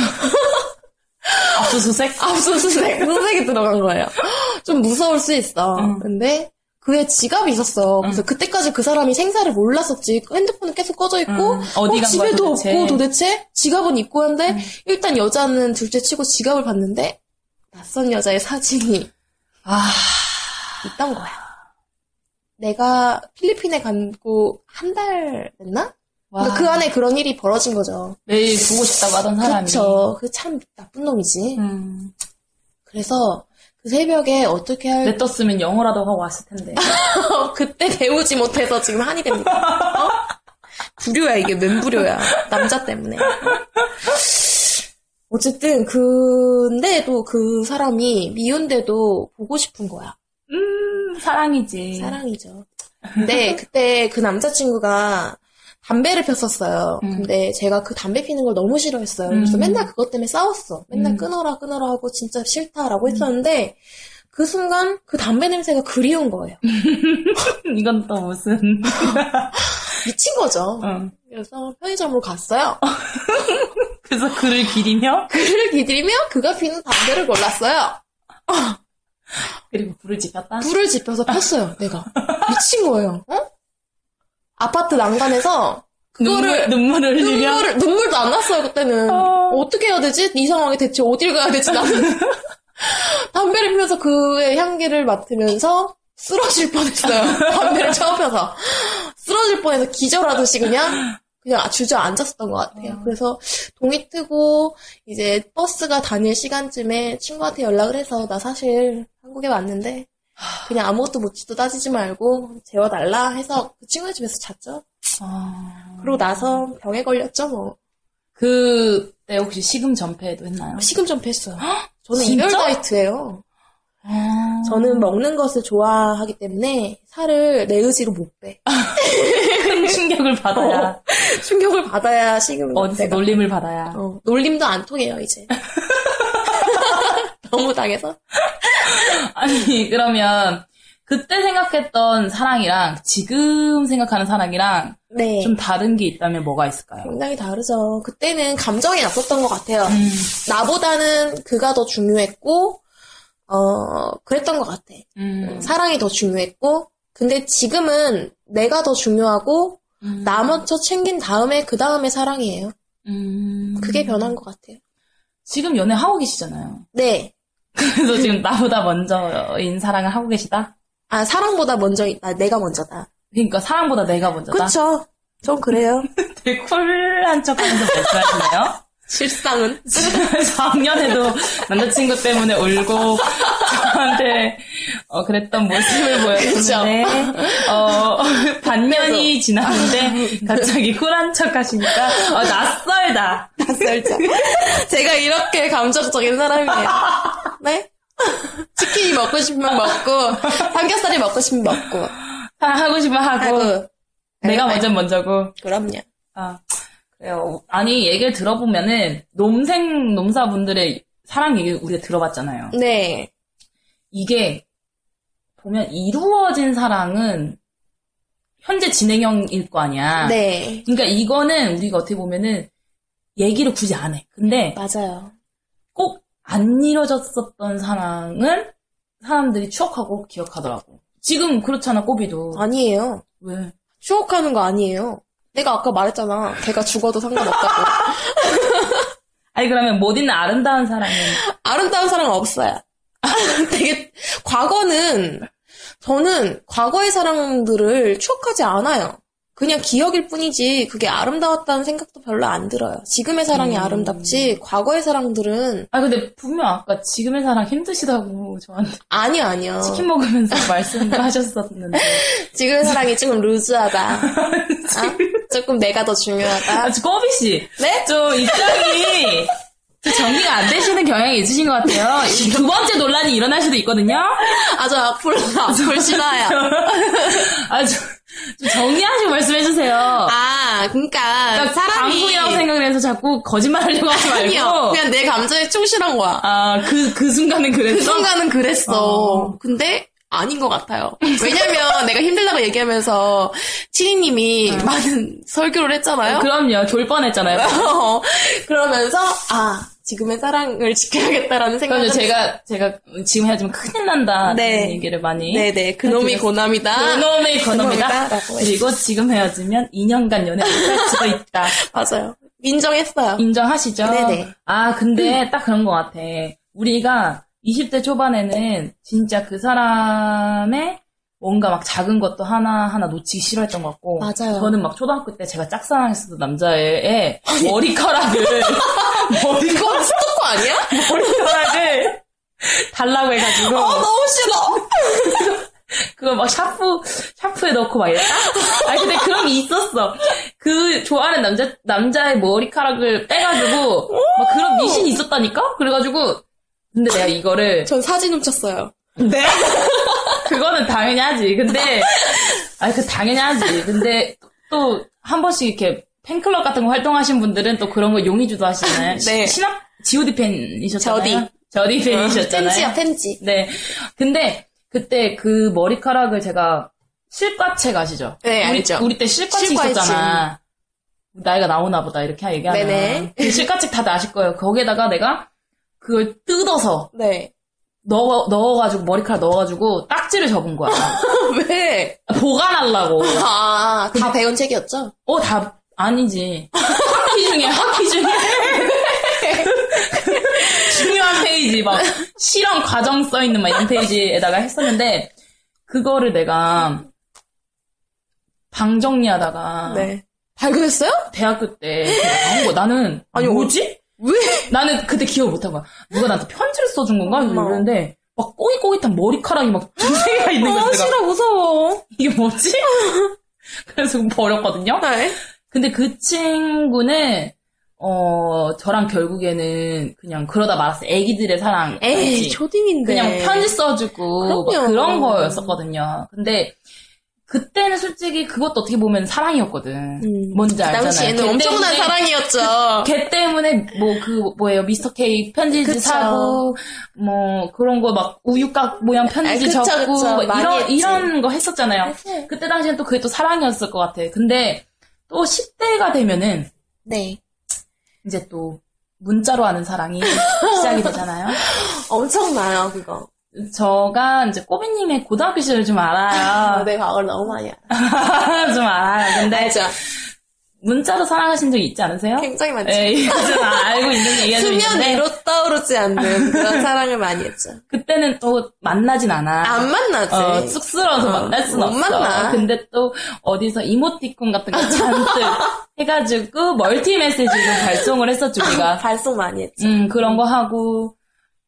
압수수색? 압수수색. 수색이 들어간 거예요. 좀 무서울 수 있어. 근데 그의 지갑이 있었어. 그래서 그때까지 그 사람이 생사를 몰랐었지. 핸드폰은 계속 꺼져 있고, 뭐 음. 어디 간 거야, 집에도 도대체? 없고 도대체 지갑은 있고 한데 일단 여자는 둘째 치고 지갑을 봤는데 낯선 여자의 사진이 아, 있던 거야. 내가 필리핀에 간고 한 달 됐나? 그러니까 그 안에 그런 일이 벌어진 거죠. 매일 보고 싶다고 하던 사람이. 음. 그쵸. 그참 나쁜 놈이지. 그래서 그 새벽에 어떻게 할 냈었으면 영어라도 하고 왔을 텐데. 어, 그때 배우지 못해서 지금 한이 됩니다. 어? 불효야 이게 멘불효야 남자 때문에. 어쨌든 근데도 그 사람이 미운데도 보고 싶은 거야. 음, 사랑이지. 사랑이죠. 근데 그때 그 남자친구가 담배를 폈었어요. 근데 제가 그 담배 피는 걸 너무 싫어했어요. 그래서 음. 맨날 그것 때문에 싸웠어. 맨날 그 음. 끊어라 끊어라 하고 진짜 싫다라고 했었는데 그 순간 그 담배 냄새가 그리운 거예요. 이건 또 무슨. 어. 미친 거죠. 그래서 편의점으로 갔어요. 그래서 글을 기리며? 그를 기들며 그가 피는 담배를 골랐어요. 그리고 불을 지폈다? 불을 지펴서 폈어요, 내가. 미친 거예요, 어? 아파트 난간에서 그거를 눈물, 을 흘리며? 눈물을, 눈물도 안 났어요, 그때는. 어... 떻게 해야 되지? 이 상황에 대체 어딜 가야 되지, 나는. 담배를 피면서 그의 향기를 맡으면서 쓰러질 뻔했어요. 담배를 처음 펴서. 쓰러질 뻔해서 기절하듯이 그냥, 그냥 주저앉았었던 것 같아요. 그래서 동이 트고, 이제 버스가 다닐 시간쯤에 친구한테 연락을 해서, 나 사실 한국에 왔는데, 그냥 아무것도 묻지도 따지지 말고, 재워달라 해서 그 친구네 집에서 잤죠. 그러고 나서 병에 걸렸죠, 뭐. 아. 그때 네, 혹시 식음 전폐도 했나요? 식음 전폐했어요. 저는 진짜? 아. 이별 다이트예요. 저는 먹는 것을 좋아하기 때문에 살을 내 의지로 못 빼. 큰 충격을 받아야. 어. 충격을 받아야 식음 어디서 전폐가. 놀림을 받아야. 어, 놀림도 안 통해요 이제. 너무 당해서. 아니, 그러면 그때 생각했던 사랑이랑 지금 생각하는 사랑이랑 네. 좀 다른 게 있다면 뭐가 있을까요? 굉장히 다르죠. 그때는 감정이 났었던 것 같아요. 음. 나보다는 그가 더 중요했고, 어, 그랬던 것 같아. 어, 음. 사랑이 더 중요했고, 근데 지금은 내가 더 중요하고, 음. 나 먼저 챙긴 다음에, 그 다음에 사랑이에요. 음. 그게 변한 것 같아요. 지금 연애하고 계시잖아요. 네. 그래서 지금 나보다 먼저인 사랑을 하고 계시다? 아, 사랑보다 먼저, 나, 내가 먼저다. 그러니까 사랑보다 내가 먼저다? 그쵸. 전 그래요. 되게 쿨한 척 하면서 말씀하시네요? 실상은? 작년에도 남자친구 때문에 울고 저한테 어, 그랬던 모습을 보였는데 어, 반면이 지났는데 갑자기 쿨한 척 하시니까 어, 낯설다. 낯설죠. 제가 이렇게 감정적인 사람이에요. 네? 치킨이 먹고 싶으면 먹고, 삼겹살이 먹고 싶으면 먹고. 하고 싶으면 뭐, 하고, 네. 내가 먼저 먼저고. 그럼요. 아, 그래요. 아니, 얘기를 들어보면은, 놈생, 놈사분들의 사랑 얘기 우리가 들어봤잖아요. 네. 이게 보면 이루어진 사랑은 현재 진행형일 거 아니야. 네. 그러니까 이거는 우리가 어떻게 보면은 얘기를 굳이 안 해. 근데 맞아요. 꼭 안 이루어졌었던 사랑은 사람들이 추억하고 기억하더라고. 지금 그렇잖아, 꼬비도. 아니에요. 왜? 추억하는 거 아니에요. 내가 아까 말했잖아. 걔가 죽어도 상관없다고. 아니 그러면 못 있는 아름다운 사랑은 아름다운 사랑은 없어요. 되게 과거는 저는 과거의 사랑들을 추억하지 않아요. 그냥 기억일 뿐이지 그게 아름다웠다는 생각도 별로 안 들어요. 지금의 사랑이 음. 아름답지 과거의 사랑들은 아 근데 분명 아까 지금의 사랑 힘드시다고 저한테 아니요 아니요 치킨 먹으면서 말씀도 하셨었는데 지금의 사랑이 조금 루즈하다. 아, 조금 내가 더 중요하다. 아, 저 꼬비 씨. 네? 좀 입장이 좀 정리가 안 되시는 경향이 있으신 것 같아요. 이두 네. 번째 논란이 일어날 수도 있거든요. 아주 악플 악플 싫어요. 아주 좀 정리하시고 말씀해 주세요. 아, 그러니까, 사람이- 방구이라고 생각을 해서 자꾸 거짓말하려고 하지 말고 아니요. 그냥 내 감정에 충실한 거야. 아, 그, 그 순간은 그랬어? 그 순간은 그랬어. 어. 근데 아닌 것 같아요. 왜냐면 내가 힘들다고 얘기하면서 치리님이 많은 설교를 했잖아요. 어, 그럼요. 졸 뻔했잖아요. 어, 그러면서 아 지금의 사랑을 지켜야겠다라는 생각을 그럼요. 제가 제가 지금 해야 좀 큰일 난다. 네. 네. 얘기를 많이. 네네 그놈이 고남이다. 그놈이 고놈이다. 그놈이다라고 그리고 지금 헤어지면 2년간 연애를 펼치고 있다. 맞아요. 인정했어요. 인정하시죠? 네네. 음. 아, 근데 딱 그런 것 같아. 우리가 20대 초반에는 진짜 그 사람의 뭔가 막 작은 것도 하나하나 놓치기 싫어했던 것 같고. 맞아요. 저는 막 초등학교 때 제가 짝사랑했었던 남자의 머리카락을. 이거 스토커 아니야? 머리카락을 달라고 해가지고. 어 너무 싫어. 그거 막 샤프, 샤프에 넣고 막 이랬다? 아니, 근데 그런 게 있었어. 그 좋아하는 남자, 남자의 머리카락을 빼가지고, 막 그런 미신이 있었다니까? 그래가지고, 근데 내가 이거를. 전 사진 훔쳤어요. 네? 그거는 당연히 하지. 근데, 아니, 그 당연히 하지. 근데 또, 한 번씩 이렇게 팬클럽 같은 거 활동하신 분들은 또 그런 거 용의주도 하시잖아요. 네. 시- 신학, GOD 팬이셨잖아요. 저디. 어, 저디 팬이셨잖아요. 팬지야 팬지. 네. 근데 그때 그 머리카락을 제가 실과채 가시죠? 네, 우리, 알죠. 우리 때 실과채 실과채. 있었잖아. 나이가 나오나 보다 이렇게 얘기하면 네네. 그 실과채 다들 아실 거예요. 거기에다가 내가 그걸 뜯어서 네. 넣어 넣어가지고 머리카락 넣어가지고 딱지를 접은 거야. 왜? 보관하려고. 아, 다 배운 책이었죠? 어, 다 아니지. 학기 중에 학기 중에 중요한 페이지 막 실험 과정 써 있는 막 이런 페이지에다가 했었는데 그거를 내가 방 정리하다가 네. 발견했어요? 대학교 때 그게 나온 거 나는 아니 뭐지? 왜? 나는 그때 기억 못한 거야. 누가 나한테 편지를 써준 건가? 그러는데 막 꼬깃꼬깃한 머리카락이 막 두세 개가 있는 거야. 어, 싫어, 무서워. 이게 뭐지? 그래서 버렸거든요. 근데 그 친구는 어 저랑 결국에는 그냥 그러다 말았어. 애기들의 사랑. 에이, 알지? 초딩인데. 그냥 편지 써주고 막 그럼요. 그런 거였었거든요. 근데 그때는 솔직히 그것도 어떻게 보면 사랑이었거든. 뭔지 그 알잖아요. 당시에는 걔 엄청난 때문에- 사랑이었죠. 걔 때문에 뭐 그 뭐예요 미스터 K 편지지 어. 그쵸. 사고 뭐 그런 거 막 우유곽 모양 편지 아, 그쵸, 적고 그쵸. 뭐 많이 이런 했지. 이런 거 했었잖아요. 그때 당시엔 또 그게 또 사랑이었을 것 같아. 근데 또 10대가 되면은 네. 이제 또 문자로 하는 사랑이 시작이 되잖아요. 엄청나요, 그거. 저가 이제 꼬비님의 고등학교 시절을 좀 알아요. 내 과거를 너무 많이 네. 알아. 좀 알아요. 근데 문자로 사랑하신 적 있지 않으세요? 예, 굉장히 많죠. 에이, 좀 아, 알고 있는 얘기가 좀 수면 있는데 위로 떠오르지 않는 그런 사랑을 많이 했죠. 그때는 또 만나진 않아. 안 만나지. 어, 쑥스러워서 만날 순 못 없어. 만나. 근데 또 어디서 이모티콘 같은 거 잔뜩 해가지고 멀티 메시지로 발송을 했었죠, 우리가. 발송 많이 했죠. 음, 그런 거 하고.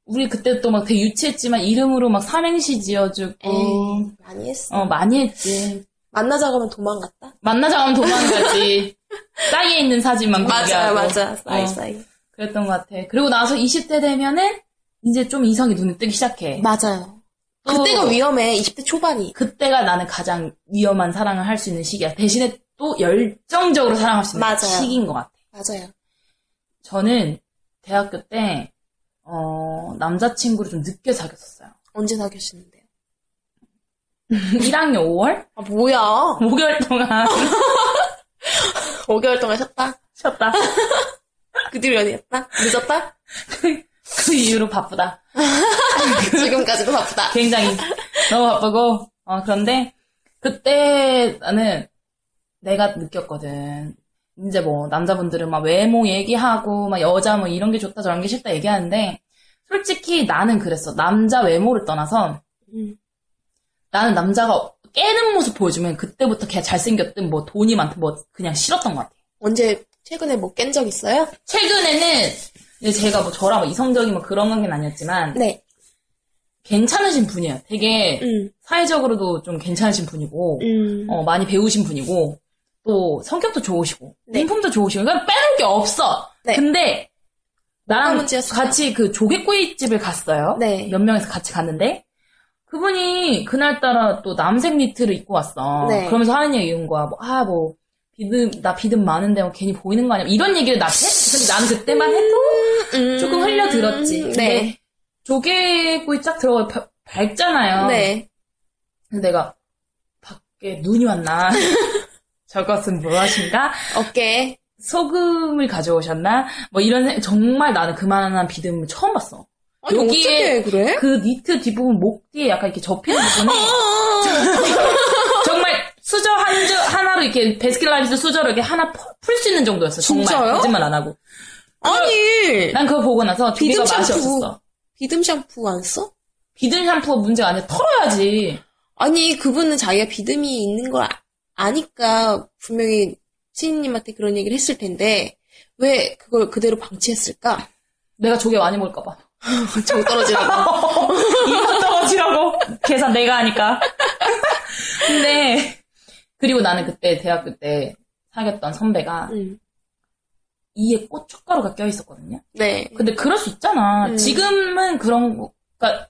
우리 그때 또 막 되게 유치했지만 이름으로 막 삼행시 지어주고. 에이, 많이 했어. 어, 많이 했지. 만나자고 하면 도망갔다? 만나자 하면 도망가지. 싸이에 있는 사진만 맞아요, 공개하고. 맞아. 싸이, 어, 싸이. 그랬던 것 같아. 그리고 나서 20대 되면은 이제 좀 이성이 눈에 뜨기 시작해. 맞아요. 또- 그때가 위험해. 20대 초반이. 그때가 나는 가장 위험한 사랑을 할 수 있는 시기야. 대신에 또 열정적으로 사랑할 수 있는 맞아요. 시기인 것 같아. 맞아요. 저는 대학교 때, 어, 남자친구를 좀 늦게 사귀었어요. 언제 사귀었는데? 1학년 5월? 아, 뭐야. 5개월 동안. 5개월 동안 쉬었다? 쉬었다. 그 뒤로 연애했다? 늦었다? 그 이후로 바쁘다. 지금까지도 바쁘다. 굉장히 너무 바쁘고 어, 그런데 그때 나는 내가 느꼈거든. 이제 뭐 남자분들은 막 외모 얘기하고 막 여자 뭐 이런 게 좋다 저런 게 싫다 얘기하는데 솔직히 나는 그랬어. 남자 외모를 떠나서 나는 남자가 깨는 모습 보여주면 그때부터 걔 잘생겼든 뭐 돈이 많든 뭐 그냥 싫었던 것 같아. 언제 최근에 뭐 깬 적 있어요? 최근에는 근데 제가 뭐 저랑 뭐 이성적인 뭐 그런 관계는 아니었지만 괜찮으신 분이에요. 되게 음. 사회적으로도 좀 괜찮으신 분이고 어, 많이 배우신 분이고 또 성격도 좋으시고 네. 인품도 좋으시고 그러니까 빼놓을 게 없어. 근데 나랑 같이 그 조개구이집을 갔어요. 네. 몇 명이서 같이 갔는데 그분이 그날따라 또 남색 니트를 입고 왔어. 네. 그러면서 하는 얘기인 거야. 뭐, 아, 뭐, 비듬, 나 비듬 많은데 뭐 괜히 보이는 거 아니야. 이런 얘기를 나한테 했지. 근데 나는 그때만 해도 조금 흘려들었지. 근데 음, 네. 조개구이 쫙 들어가 바- 밝잖아요. 네. 근데 내가 밖에 눈이 왔나? 저것은 무엇인가? 어깨. 소금을 가져오셨나? 뭐 이런 생- 정말 나는 그만한 비듬을 처음 봤어. 아니, 어떻게 그래? 그 니트 뒷부분 목 뒤에 약간 이렇게 접히는 어, 부분에 정말 수저 한 줄 하나로 이렇게 베스킨라빈스 수저로 이렇게 하나 풀 수 있는 정도였어. 정말 진짜요? 거짓말 안 하고. 아니. 난 그거 보고 나서 비듬 비듬 맛이 샴푸. 없었어. 비듬 샴푸 안 써? 비듬 샴푸가 문제가 아니라 털어야지. 아니, 그분은 자기가 비듬이 있는 걸 아- 아니까 분명히 신인님한테 그런 얘기를 했을 텐데, 왜 그걸 그대로 방치했을까? 내가 조개 많이 먹을까봐. 정 떨어지라고. 이거 떨어지라고. 계산 내가 하니까. 근데 그리고 나는 그때 대학교 때 사귀었던 선배가 음. 이에 고춧가루가 껴있었거든요. 네. 근데 그럴 수 있잖아. 음. 지금은 그런 거, 그러니까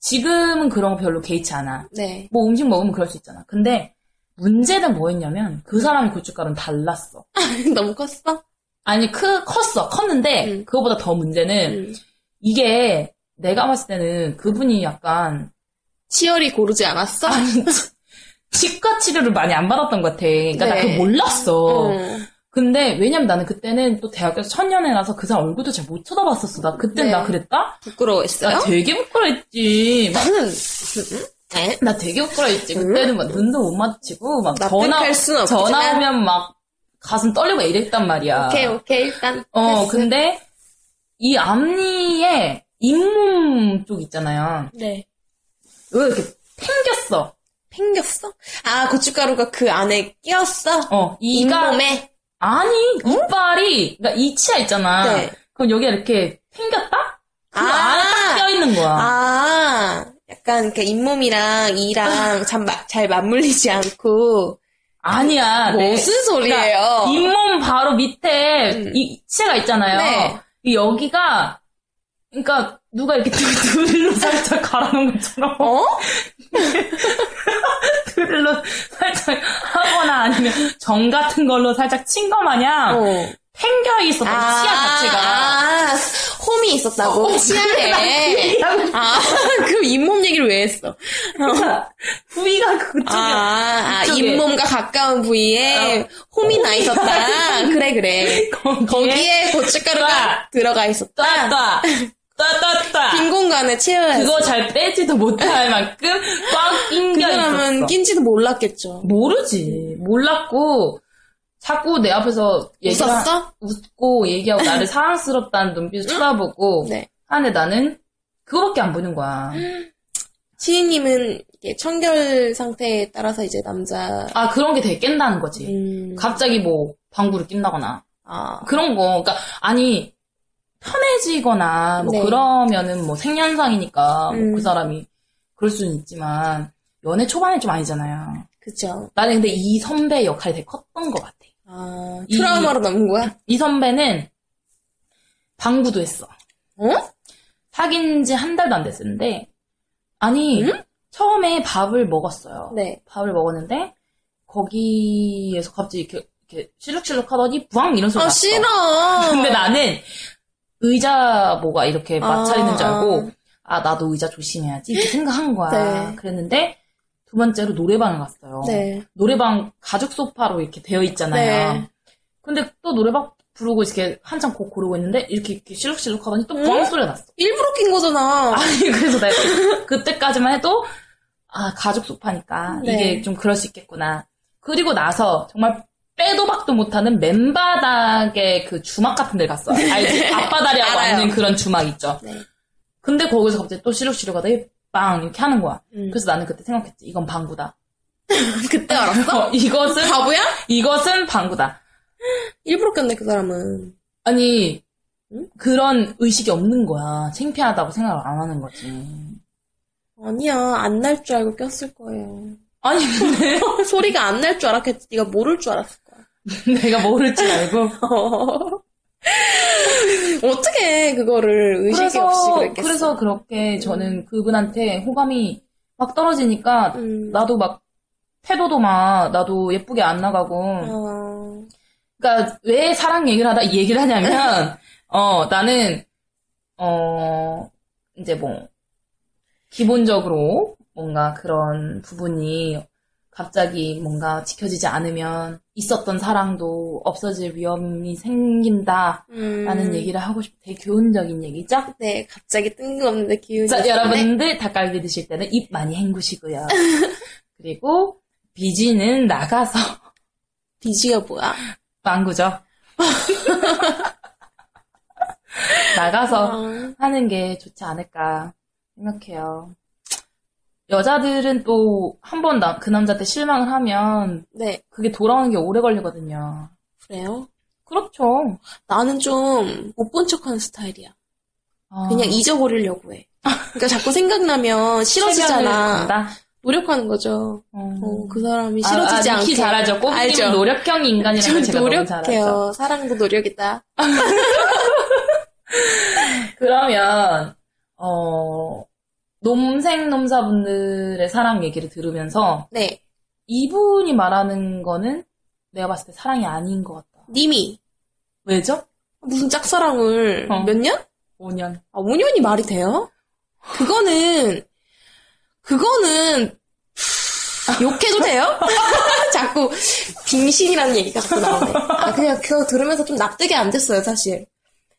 지금은 그런 거 별로 개의치 않아. 네. 뭐 음식 먹으면 그럴 수 있잖아. 근데 문제는 뭐였냐면 그 사람의 고춧가루는 달랐어. 너무 컸어? 아니 크 컸어 컸는데 음. 그거보다 더 문제는 이게 내가 봤을 때는 그분이 약간 치열이 고르지 않았어? 치과 치료를 많이 안 받았던 것 같아. 그러니까 나 네. 그거 몰랐어. 어. 근데 왜냐면 나는 그때는 또 대학교에서 천년회라서 그 사람 얼굴도 잘 못 쳐다봤었어. 나 그때 네. 나 그랬다? 부끄러워했어요? 나 되게 부끄러워했지. 막 나 되게 부끄러워했지. 그때는 막 눈도 못 마주치고 막 전화 음? 납득할 순 없지만. 전화 오면 막 가슴 떨리고 막 이랬단 말이야. 오케이, 오케이, 일단. 어, 패스. 근데 이 앞니에 잇몸 쪽 있잖아요. 네. 왜 이렇게 팽겼어? 팽겼어? 아, 고춧가루가 그 안에 끼었어? 어, 이가 잇몸에? 어? 아니, 이빨이 그러니까 이 치아 있잖아. 네. 그럼 여기가 이렇게 팽겼다? 그 안에 딱 껴 있는 거야. 아, 약간 그 잇몸이랑 이랑 참 마- 잘 맞물리지 않고. 아니야. 내- 뭐 무슨 소리예요? 그러니까 잇몸 바로 밑에 이 치아가 있잖아요. 네. 이 여기가 그러니까 누가 이렇게 두- 드릴로 살짝 갈아놓은 것처럼 드릴로 살짝 하거나 아니면 정 같은 걸로 살짝 친 거 마냥 팽겨 있었던 어. 치아 자체가 아, 홈이 있었다고? 어, 나 치아에. 그 얘기하고 아, 그럼 잇몸 얘기를 왜 했어? 어. 부위가 그쪽이야. 아, 아, 그쪽에. 잇몸과 가까운 부위에 홈이 나 있었다. 그래, 그래. 아, 어. 거기에, 고춧가루가 들어가 있었다. 빈 공간에 채워야 그거 잘 빼지도 못할 만큼 꽉 낑겨 그 사람은 있었어. 낀지도 몰랐겠죠. 모르지. 몰랐고 자꾸 내 앞에서 얘기를 웃었어? 웃고 얘기하고 나를 사랑스럽다는 눈빛을 쳐다보고 네. 하는데 나는 그거밖에 안 보는 거야. 시인님은 이게 청결 상태에 따라서 이제 남자 아 그런 게 되게 깬다는 거지. 음. 갑자기 뭐 방구를 낀다거나 아. 그런 거. 그러니까 아니 편해지거나 뭐 네. 그러면은 뭐 생년상이니까 뭐 음. 그 사람이 그럴 수는 있지만 연애 초반에 좀 아니잖아요. 그죠. 나는 근데 이 선배 역할이 되게 컸던 것 같아. 아, 트라우마로 남은 거야? 이 선배는 방구도 했어. 어? 사귄 지 한 달도 안 됐는데, 아니, 처음에 밥을 먹었어요. 네. 밥을 먹었는데, 거기에서 갑자기 이렇게, 이렇게 실룩실룩 하더니, 부황! 이런 소리 아, 났어. 싫어. 근데 나는, 의자 뭐가 이렇게 마찰있는 줄 아, 알고 아 나도 의자 조심해야지 이렇게 생각한 거야. 네. 그랬는데 두 번째로 노래방을 갔어요. 네. 노래방 가죽 소파로 이렇게 되어 있잖아요. 네. 근데 또 노래방 부르고 이렇게 한참 곡 고르고 있는데 이렇게, 이렇게 실룩실룩 하더니 또 뻥 응? 소리가 났어. 일부러 낀 거잖아. 아니 그래서 내가 그때까지만 해도 아 가죽 소파니까 네. 이게 좀 그럴 수 있겠구나. 그리고 나서 정말 빼도 박도 못하는 맨바닥에 그 주막 같은 데 갔어요. 알지? 앞바다리하고 네. 알아요. 네. 앉는 그런 주막 있죠. 근데 거기서 갑자기 또 시룩시룩 하다 빵 이렇게 하는 거야. 음. 그래서 나는 그때 생각했지. 이건 방구다. 그때 알았어? 이것은 바보야? 이것은 방구다. 일부러 꼈네 그 사람은. 아니 그런 의식이 없는 거야. 창피하다고 생각을 안 하는 거지. 아니야, 안 날 줄 알고 꼈을 거예요. 아니, 근데. 소리가 안 날 줄 알았겠지. 네가 모를 줄 알았을 내가 모를 줄 알고. 어떻게 그거를 의식이 없이 그랬겠어. 그래서 그렇게 저는 그분한테 호감이 막 떨어지니까 음, 나도 막 태도도 막 나도 예쁘게 안 나가고. 아. 그러니까 왜 사랑 얘기를 하다 이 얘기를 하냐면 어 나는 어 이제 뭐 기본적으로 뭔가 그런 부분이 갑자기 뭔가 지켜지지 않으면 있었던 사랑도 없어질 위험이 생긴다. 라는 얘기를 하고 싶, 되게 교훈적인 얘기죠? 음. 네, 갑자기 뜬금없는데 기운이. 자, 있었네. 여러분들 닭갈비 드실 때는 입 많이 헹구시고요. 그리고 비지는 나가서. 비지가 뭐야? 망구죠. 어. 나가서 하는 게 좋지 않을까 생각해요. 여자들은 또 한 번 그 남자한테 실망을 하면 그게 돌아오는 게 오래 걸리거든요. 네. 그래요? 그렇죠. 나는 좀 못 본 척하는 스타일이야. 그냥 아. 잊어버리려고 해. 그러니까 자꾸 생각나면 최면을 싫어지잖아. 건다? 노력하는 거죠. 어, 그 사람이 싫어지지 아, 아, 않게. 미키 잘하죠. 꼬부님은 노력형 인간이라는 전걸 제가 노력해요. 너무 잘 알죠. 사랑도 노력이다. 그러면 어 놈생 놈사분들의 사랑 얘기를 들으면서 네. 이분이 말하는 거는 내가 봤을 때 사랑이 아닌 것 같다. 님이 왜죠? 어. 무슨 짝사랑을 몇 년? 5년. 아, 5년이 말이 돼요? 그거는 그거는 욕해도 돼요? 자꾸 빙신이라는 얘기가 자꾸 나오네. 아, 그냥 그거 들으면서 좀 납득이 안 됐어요, 사실.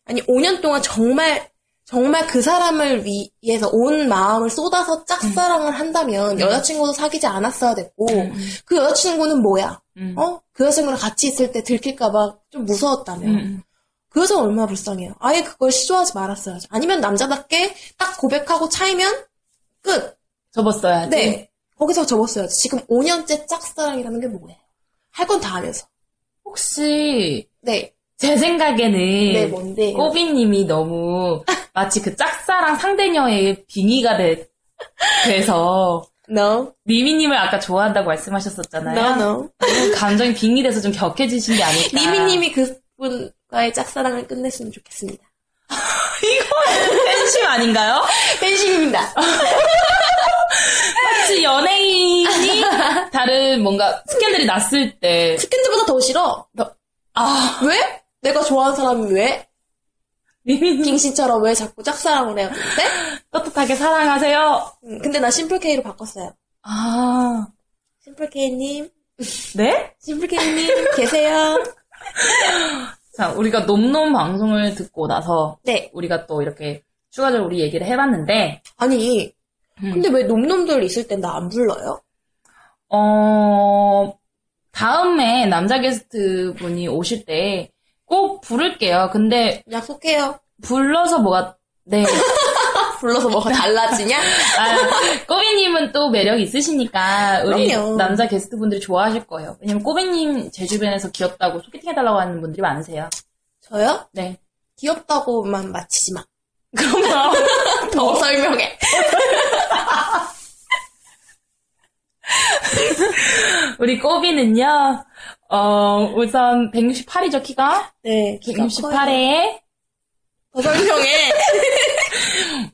아니, 5년 동안 정말 정말 그 사람을 위해서 온 마음을 쏟아서 짝사랑을 한다면 여자친구도 사귀지 않았어야 됐고 음. 그 여자친구는 뭐야? 어? 그 여자친구랑 같이 있을 때 들킬까봐 좀 무서웠다며. 음, 그 여자 얼마나 불쌍해요. 아예 그걸 시도하지 말았어야죠. 아니면 남자답게 딱 고백하고 차이면 끝. 접었어야지. 네. 거기서 접었어야지. 지금 5년째 짝사랑이라는 게 뭐예요? 할 건 다 하면서. 혹시 네. 제 생각에는 네, 뭔데요? 꼬비님이 너무 마치 그 짝사랑 상대녀의 빙의가 돼, 돼서 니미님을 아까 좋아한다고 No, 말씀하셨었잖아요. no. 감정이 빙의돼서 좀 격해지신 게 아닐까. 니미님이 그분과의 짝사랑을 끝냈으면 좋겠습니다. 팬심 아닌가요? 팬심입니다. 혹시 연예인이 다른 뭔가 스캔들이 났을 때 스캔들보다 더 싫어. 아 왜? 내가 좋아하는 사람이 왜? 음. 빙신처럼 왜 자꾸 짝사랑을 해요? 근데 떳떳하게 사랑하세요. 근데 나 심플 K로 바꿨어요. 아 심플 K님, 네? 심플 K님 계세요? 자 우리가 놈놈 방송을 듣고 나서 네. 우리가 또 이렇게 추가적으로 우리 얘기를 해봤는데 음. 아니 근데 왜 놈놈들 있을 땐 나 안 불러요? 어, 다음에 남자 게스트 분이 오실 때 꼭 부를게요. 근데 약속해요. 불러서 뭐가 네. 불러서 뭐가 달라지냐? 아, 꼬비님은 또 매력 있으시니까 우리 그럼요. 남자 게스트 분들이 좋아하실 거예요. 왜냐면 꼬비님 제 주변에서 귀엽다고 소개팅 해달라고 하는 분들이 많으세요. 저요? 네. 귀엽다고만 마치지 마. 그럼요. 더 설명해. 우리 꼬비는요, 어, 우선 168이죠, 키가? 네. 키가 168에 더 설명해.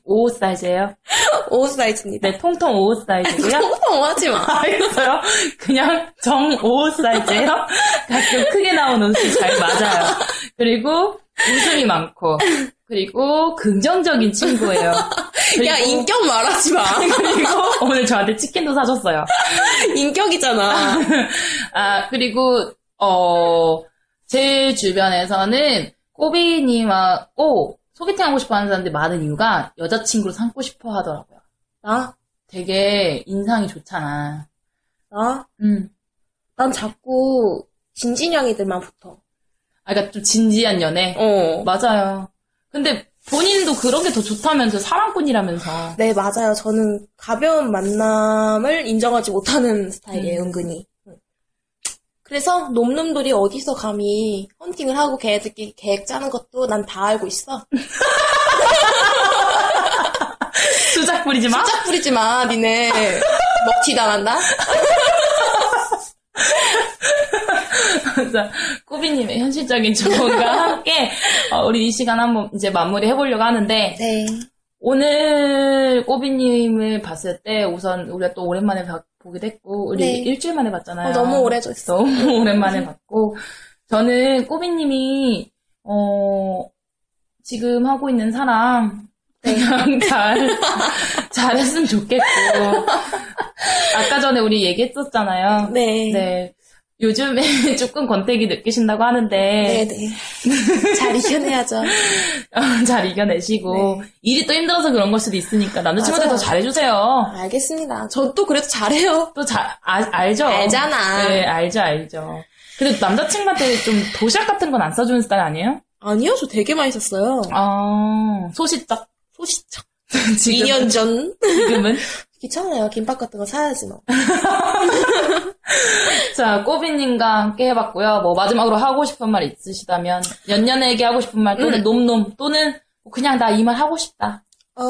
5 사이즈예요. 5 사이즈입니다. 네, 통통 5 사이즈고요. 통통 어, 하지 마. 알겠어요. 그냥 정5 사이즈예요. 가끔 크게 나온 옷이 잘 맞아요. 그리고 웃음이 많고 그리고 긍정적인 친구예요. 야, 인격 말하지 마. 그리고 오늘 저한테 치킨도 사줬어요. 인격이잖아. 아, 그리고, 어, 제 주변에서는 꼬비님하고 소개팅 하고 싶어 하는 사람들이 많은 이유가 여자친구로 삼고 싶어 하더라고요. 아, 나? 되게 인상이 좋잖아. 나? 응. 난 자꾸 진진양이들만 붙어. 아, 그니까 좀 진지한 연애? 어. 맞아요. 근데 본인도 그런 게 더 좋다면서 사랑꾼이라면서. 네, 맞아요. 저는 가벼운 만남을 인정하지 못하는 스타일이에요, 음. 은근히. 응. 그래서 놈놈들이 어디서 감히 헌팅을 하고 걔들끼리 계획 짜는 것도 난 다 알고 있어. 수작 부리지 마? 수작 부리지 마, 니네. 먹튀 당한다? 자, 꾸비님의 현실적인 조언과 함께 어, 우리 이 시간 한번 이제 마무리 해보려고 하는데 네. 오늘 꼬비님을 봤을 때 우선 우리가 또 오랜만에 봐- 보기도 했고 우리 네. 일주일 만에 봤잖아요. 어, 너무 오래됐어. 너무 오랜만에 봤고 저는 꼬비님이 어, 지금 하고 있는 사람 그냥 네. 잘 잘했으면 좋겠고 아까 전에 우리 얘기했었잖아요. 네. 요즘에 조금 권태기 느끼신다고 하는데 네. 잘 이겨내야죠. 네. 어, 잘 이겨내시고 일이 또 힘들어서 그런 걸 수도 있으니까 남자친구한테 더 맞아요. 잘해주세요. 알겠습니다. 전 또 그래도 잘해요. 또 잘, 아, 알죠? 알잖아. 네, 알죠, 알죠. 근데 남자친구한테 좀 도시락 같은 건 안 써주는 스타일 아니에요? 아니요, 저 되게 많이 썼어요. 아, 소시적. 소시적. 2년 전. 지금은? 귀찮아요. 김밥 같은 거 사야지 뭐. 자, 꼬비님과 함께 해봤고요. 뭐, 마지막으로 하고 싶은 말 있으시다면, 연년에게 하고 싶은 말, 또는 음. 놈놈, 또는 뭐 그냥 나 이 말 하고 싶다. 어,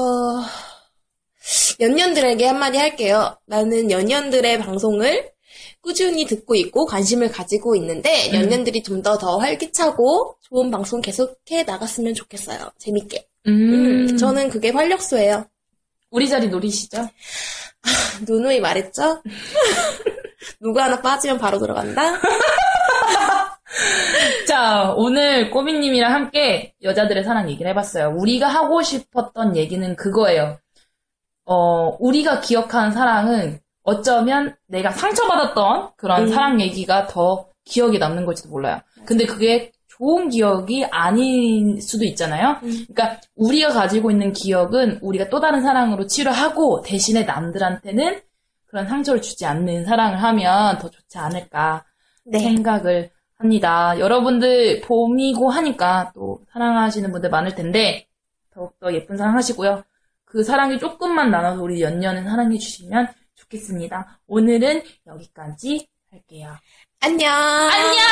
연년들에게 한마디 할게요. 나는 연년들의 방송을 꾸준히 듣고 있고 관심을 가지고 있는데 음. 연년들이 좀 더 더 활기차고 좋은 방송 계속해 나갔으면 좋겠어요. 재밌게. 음. 음, 저는 그게 활력소예요. 우리 자리 노리시죠? 누누이 말했죠? 누구 하나 빠지면 바로 들어간다? 자, 오늘 꼬미님이랑 함께 여자들의 사랑 얘기를 해봤어요. 우리가 하고 싶었던 얘기는 그거예요. 어, 우리가 기억한 사랑은 어쩌면 내가 상처받았던 그런 음. 사랑 얘기가 더 기억에 남는 걸지도 몰라요. 근데 그게 좋은 기억이 아닐 수도 있잖아요. 그러니까 우리가 가지고 있는 기억은 우리가 또 다른 사랑으로 치료하고 대신에 남들한테는 그런 상처를 주지 않는 사랑을 하면 더 좋지 않을까 생각을 합니다. 여러분들 봄이고 하니까 또 사랑하시는 분들 많을 텐데 더욱더 예쁜 사랑 하시고요. 그 사랑이 조금만 나눠서 우리 연년은 사랑해 주시면 좋겠습니다. 오늘은 여기까지 할게요. 안녕! 안녕!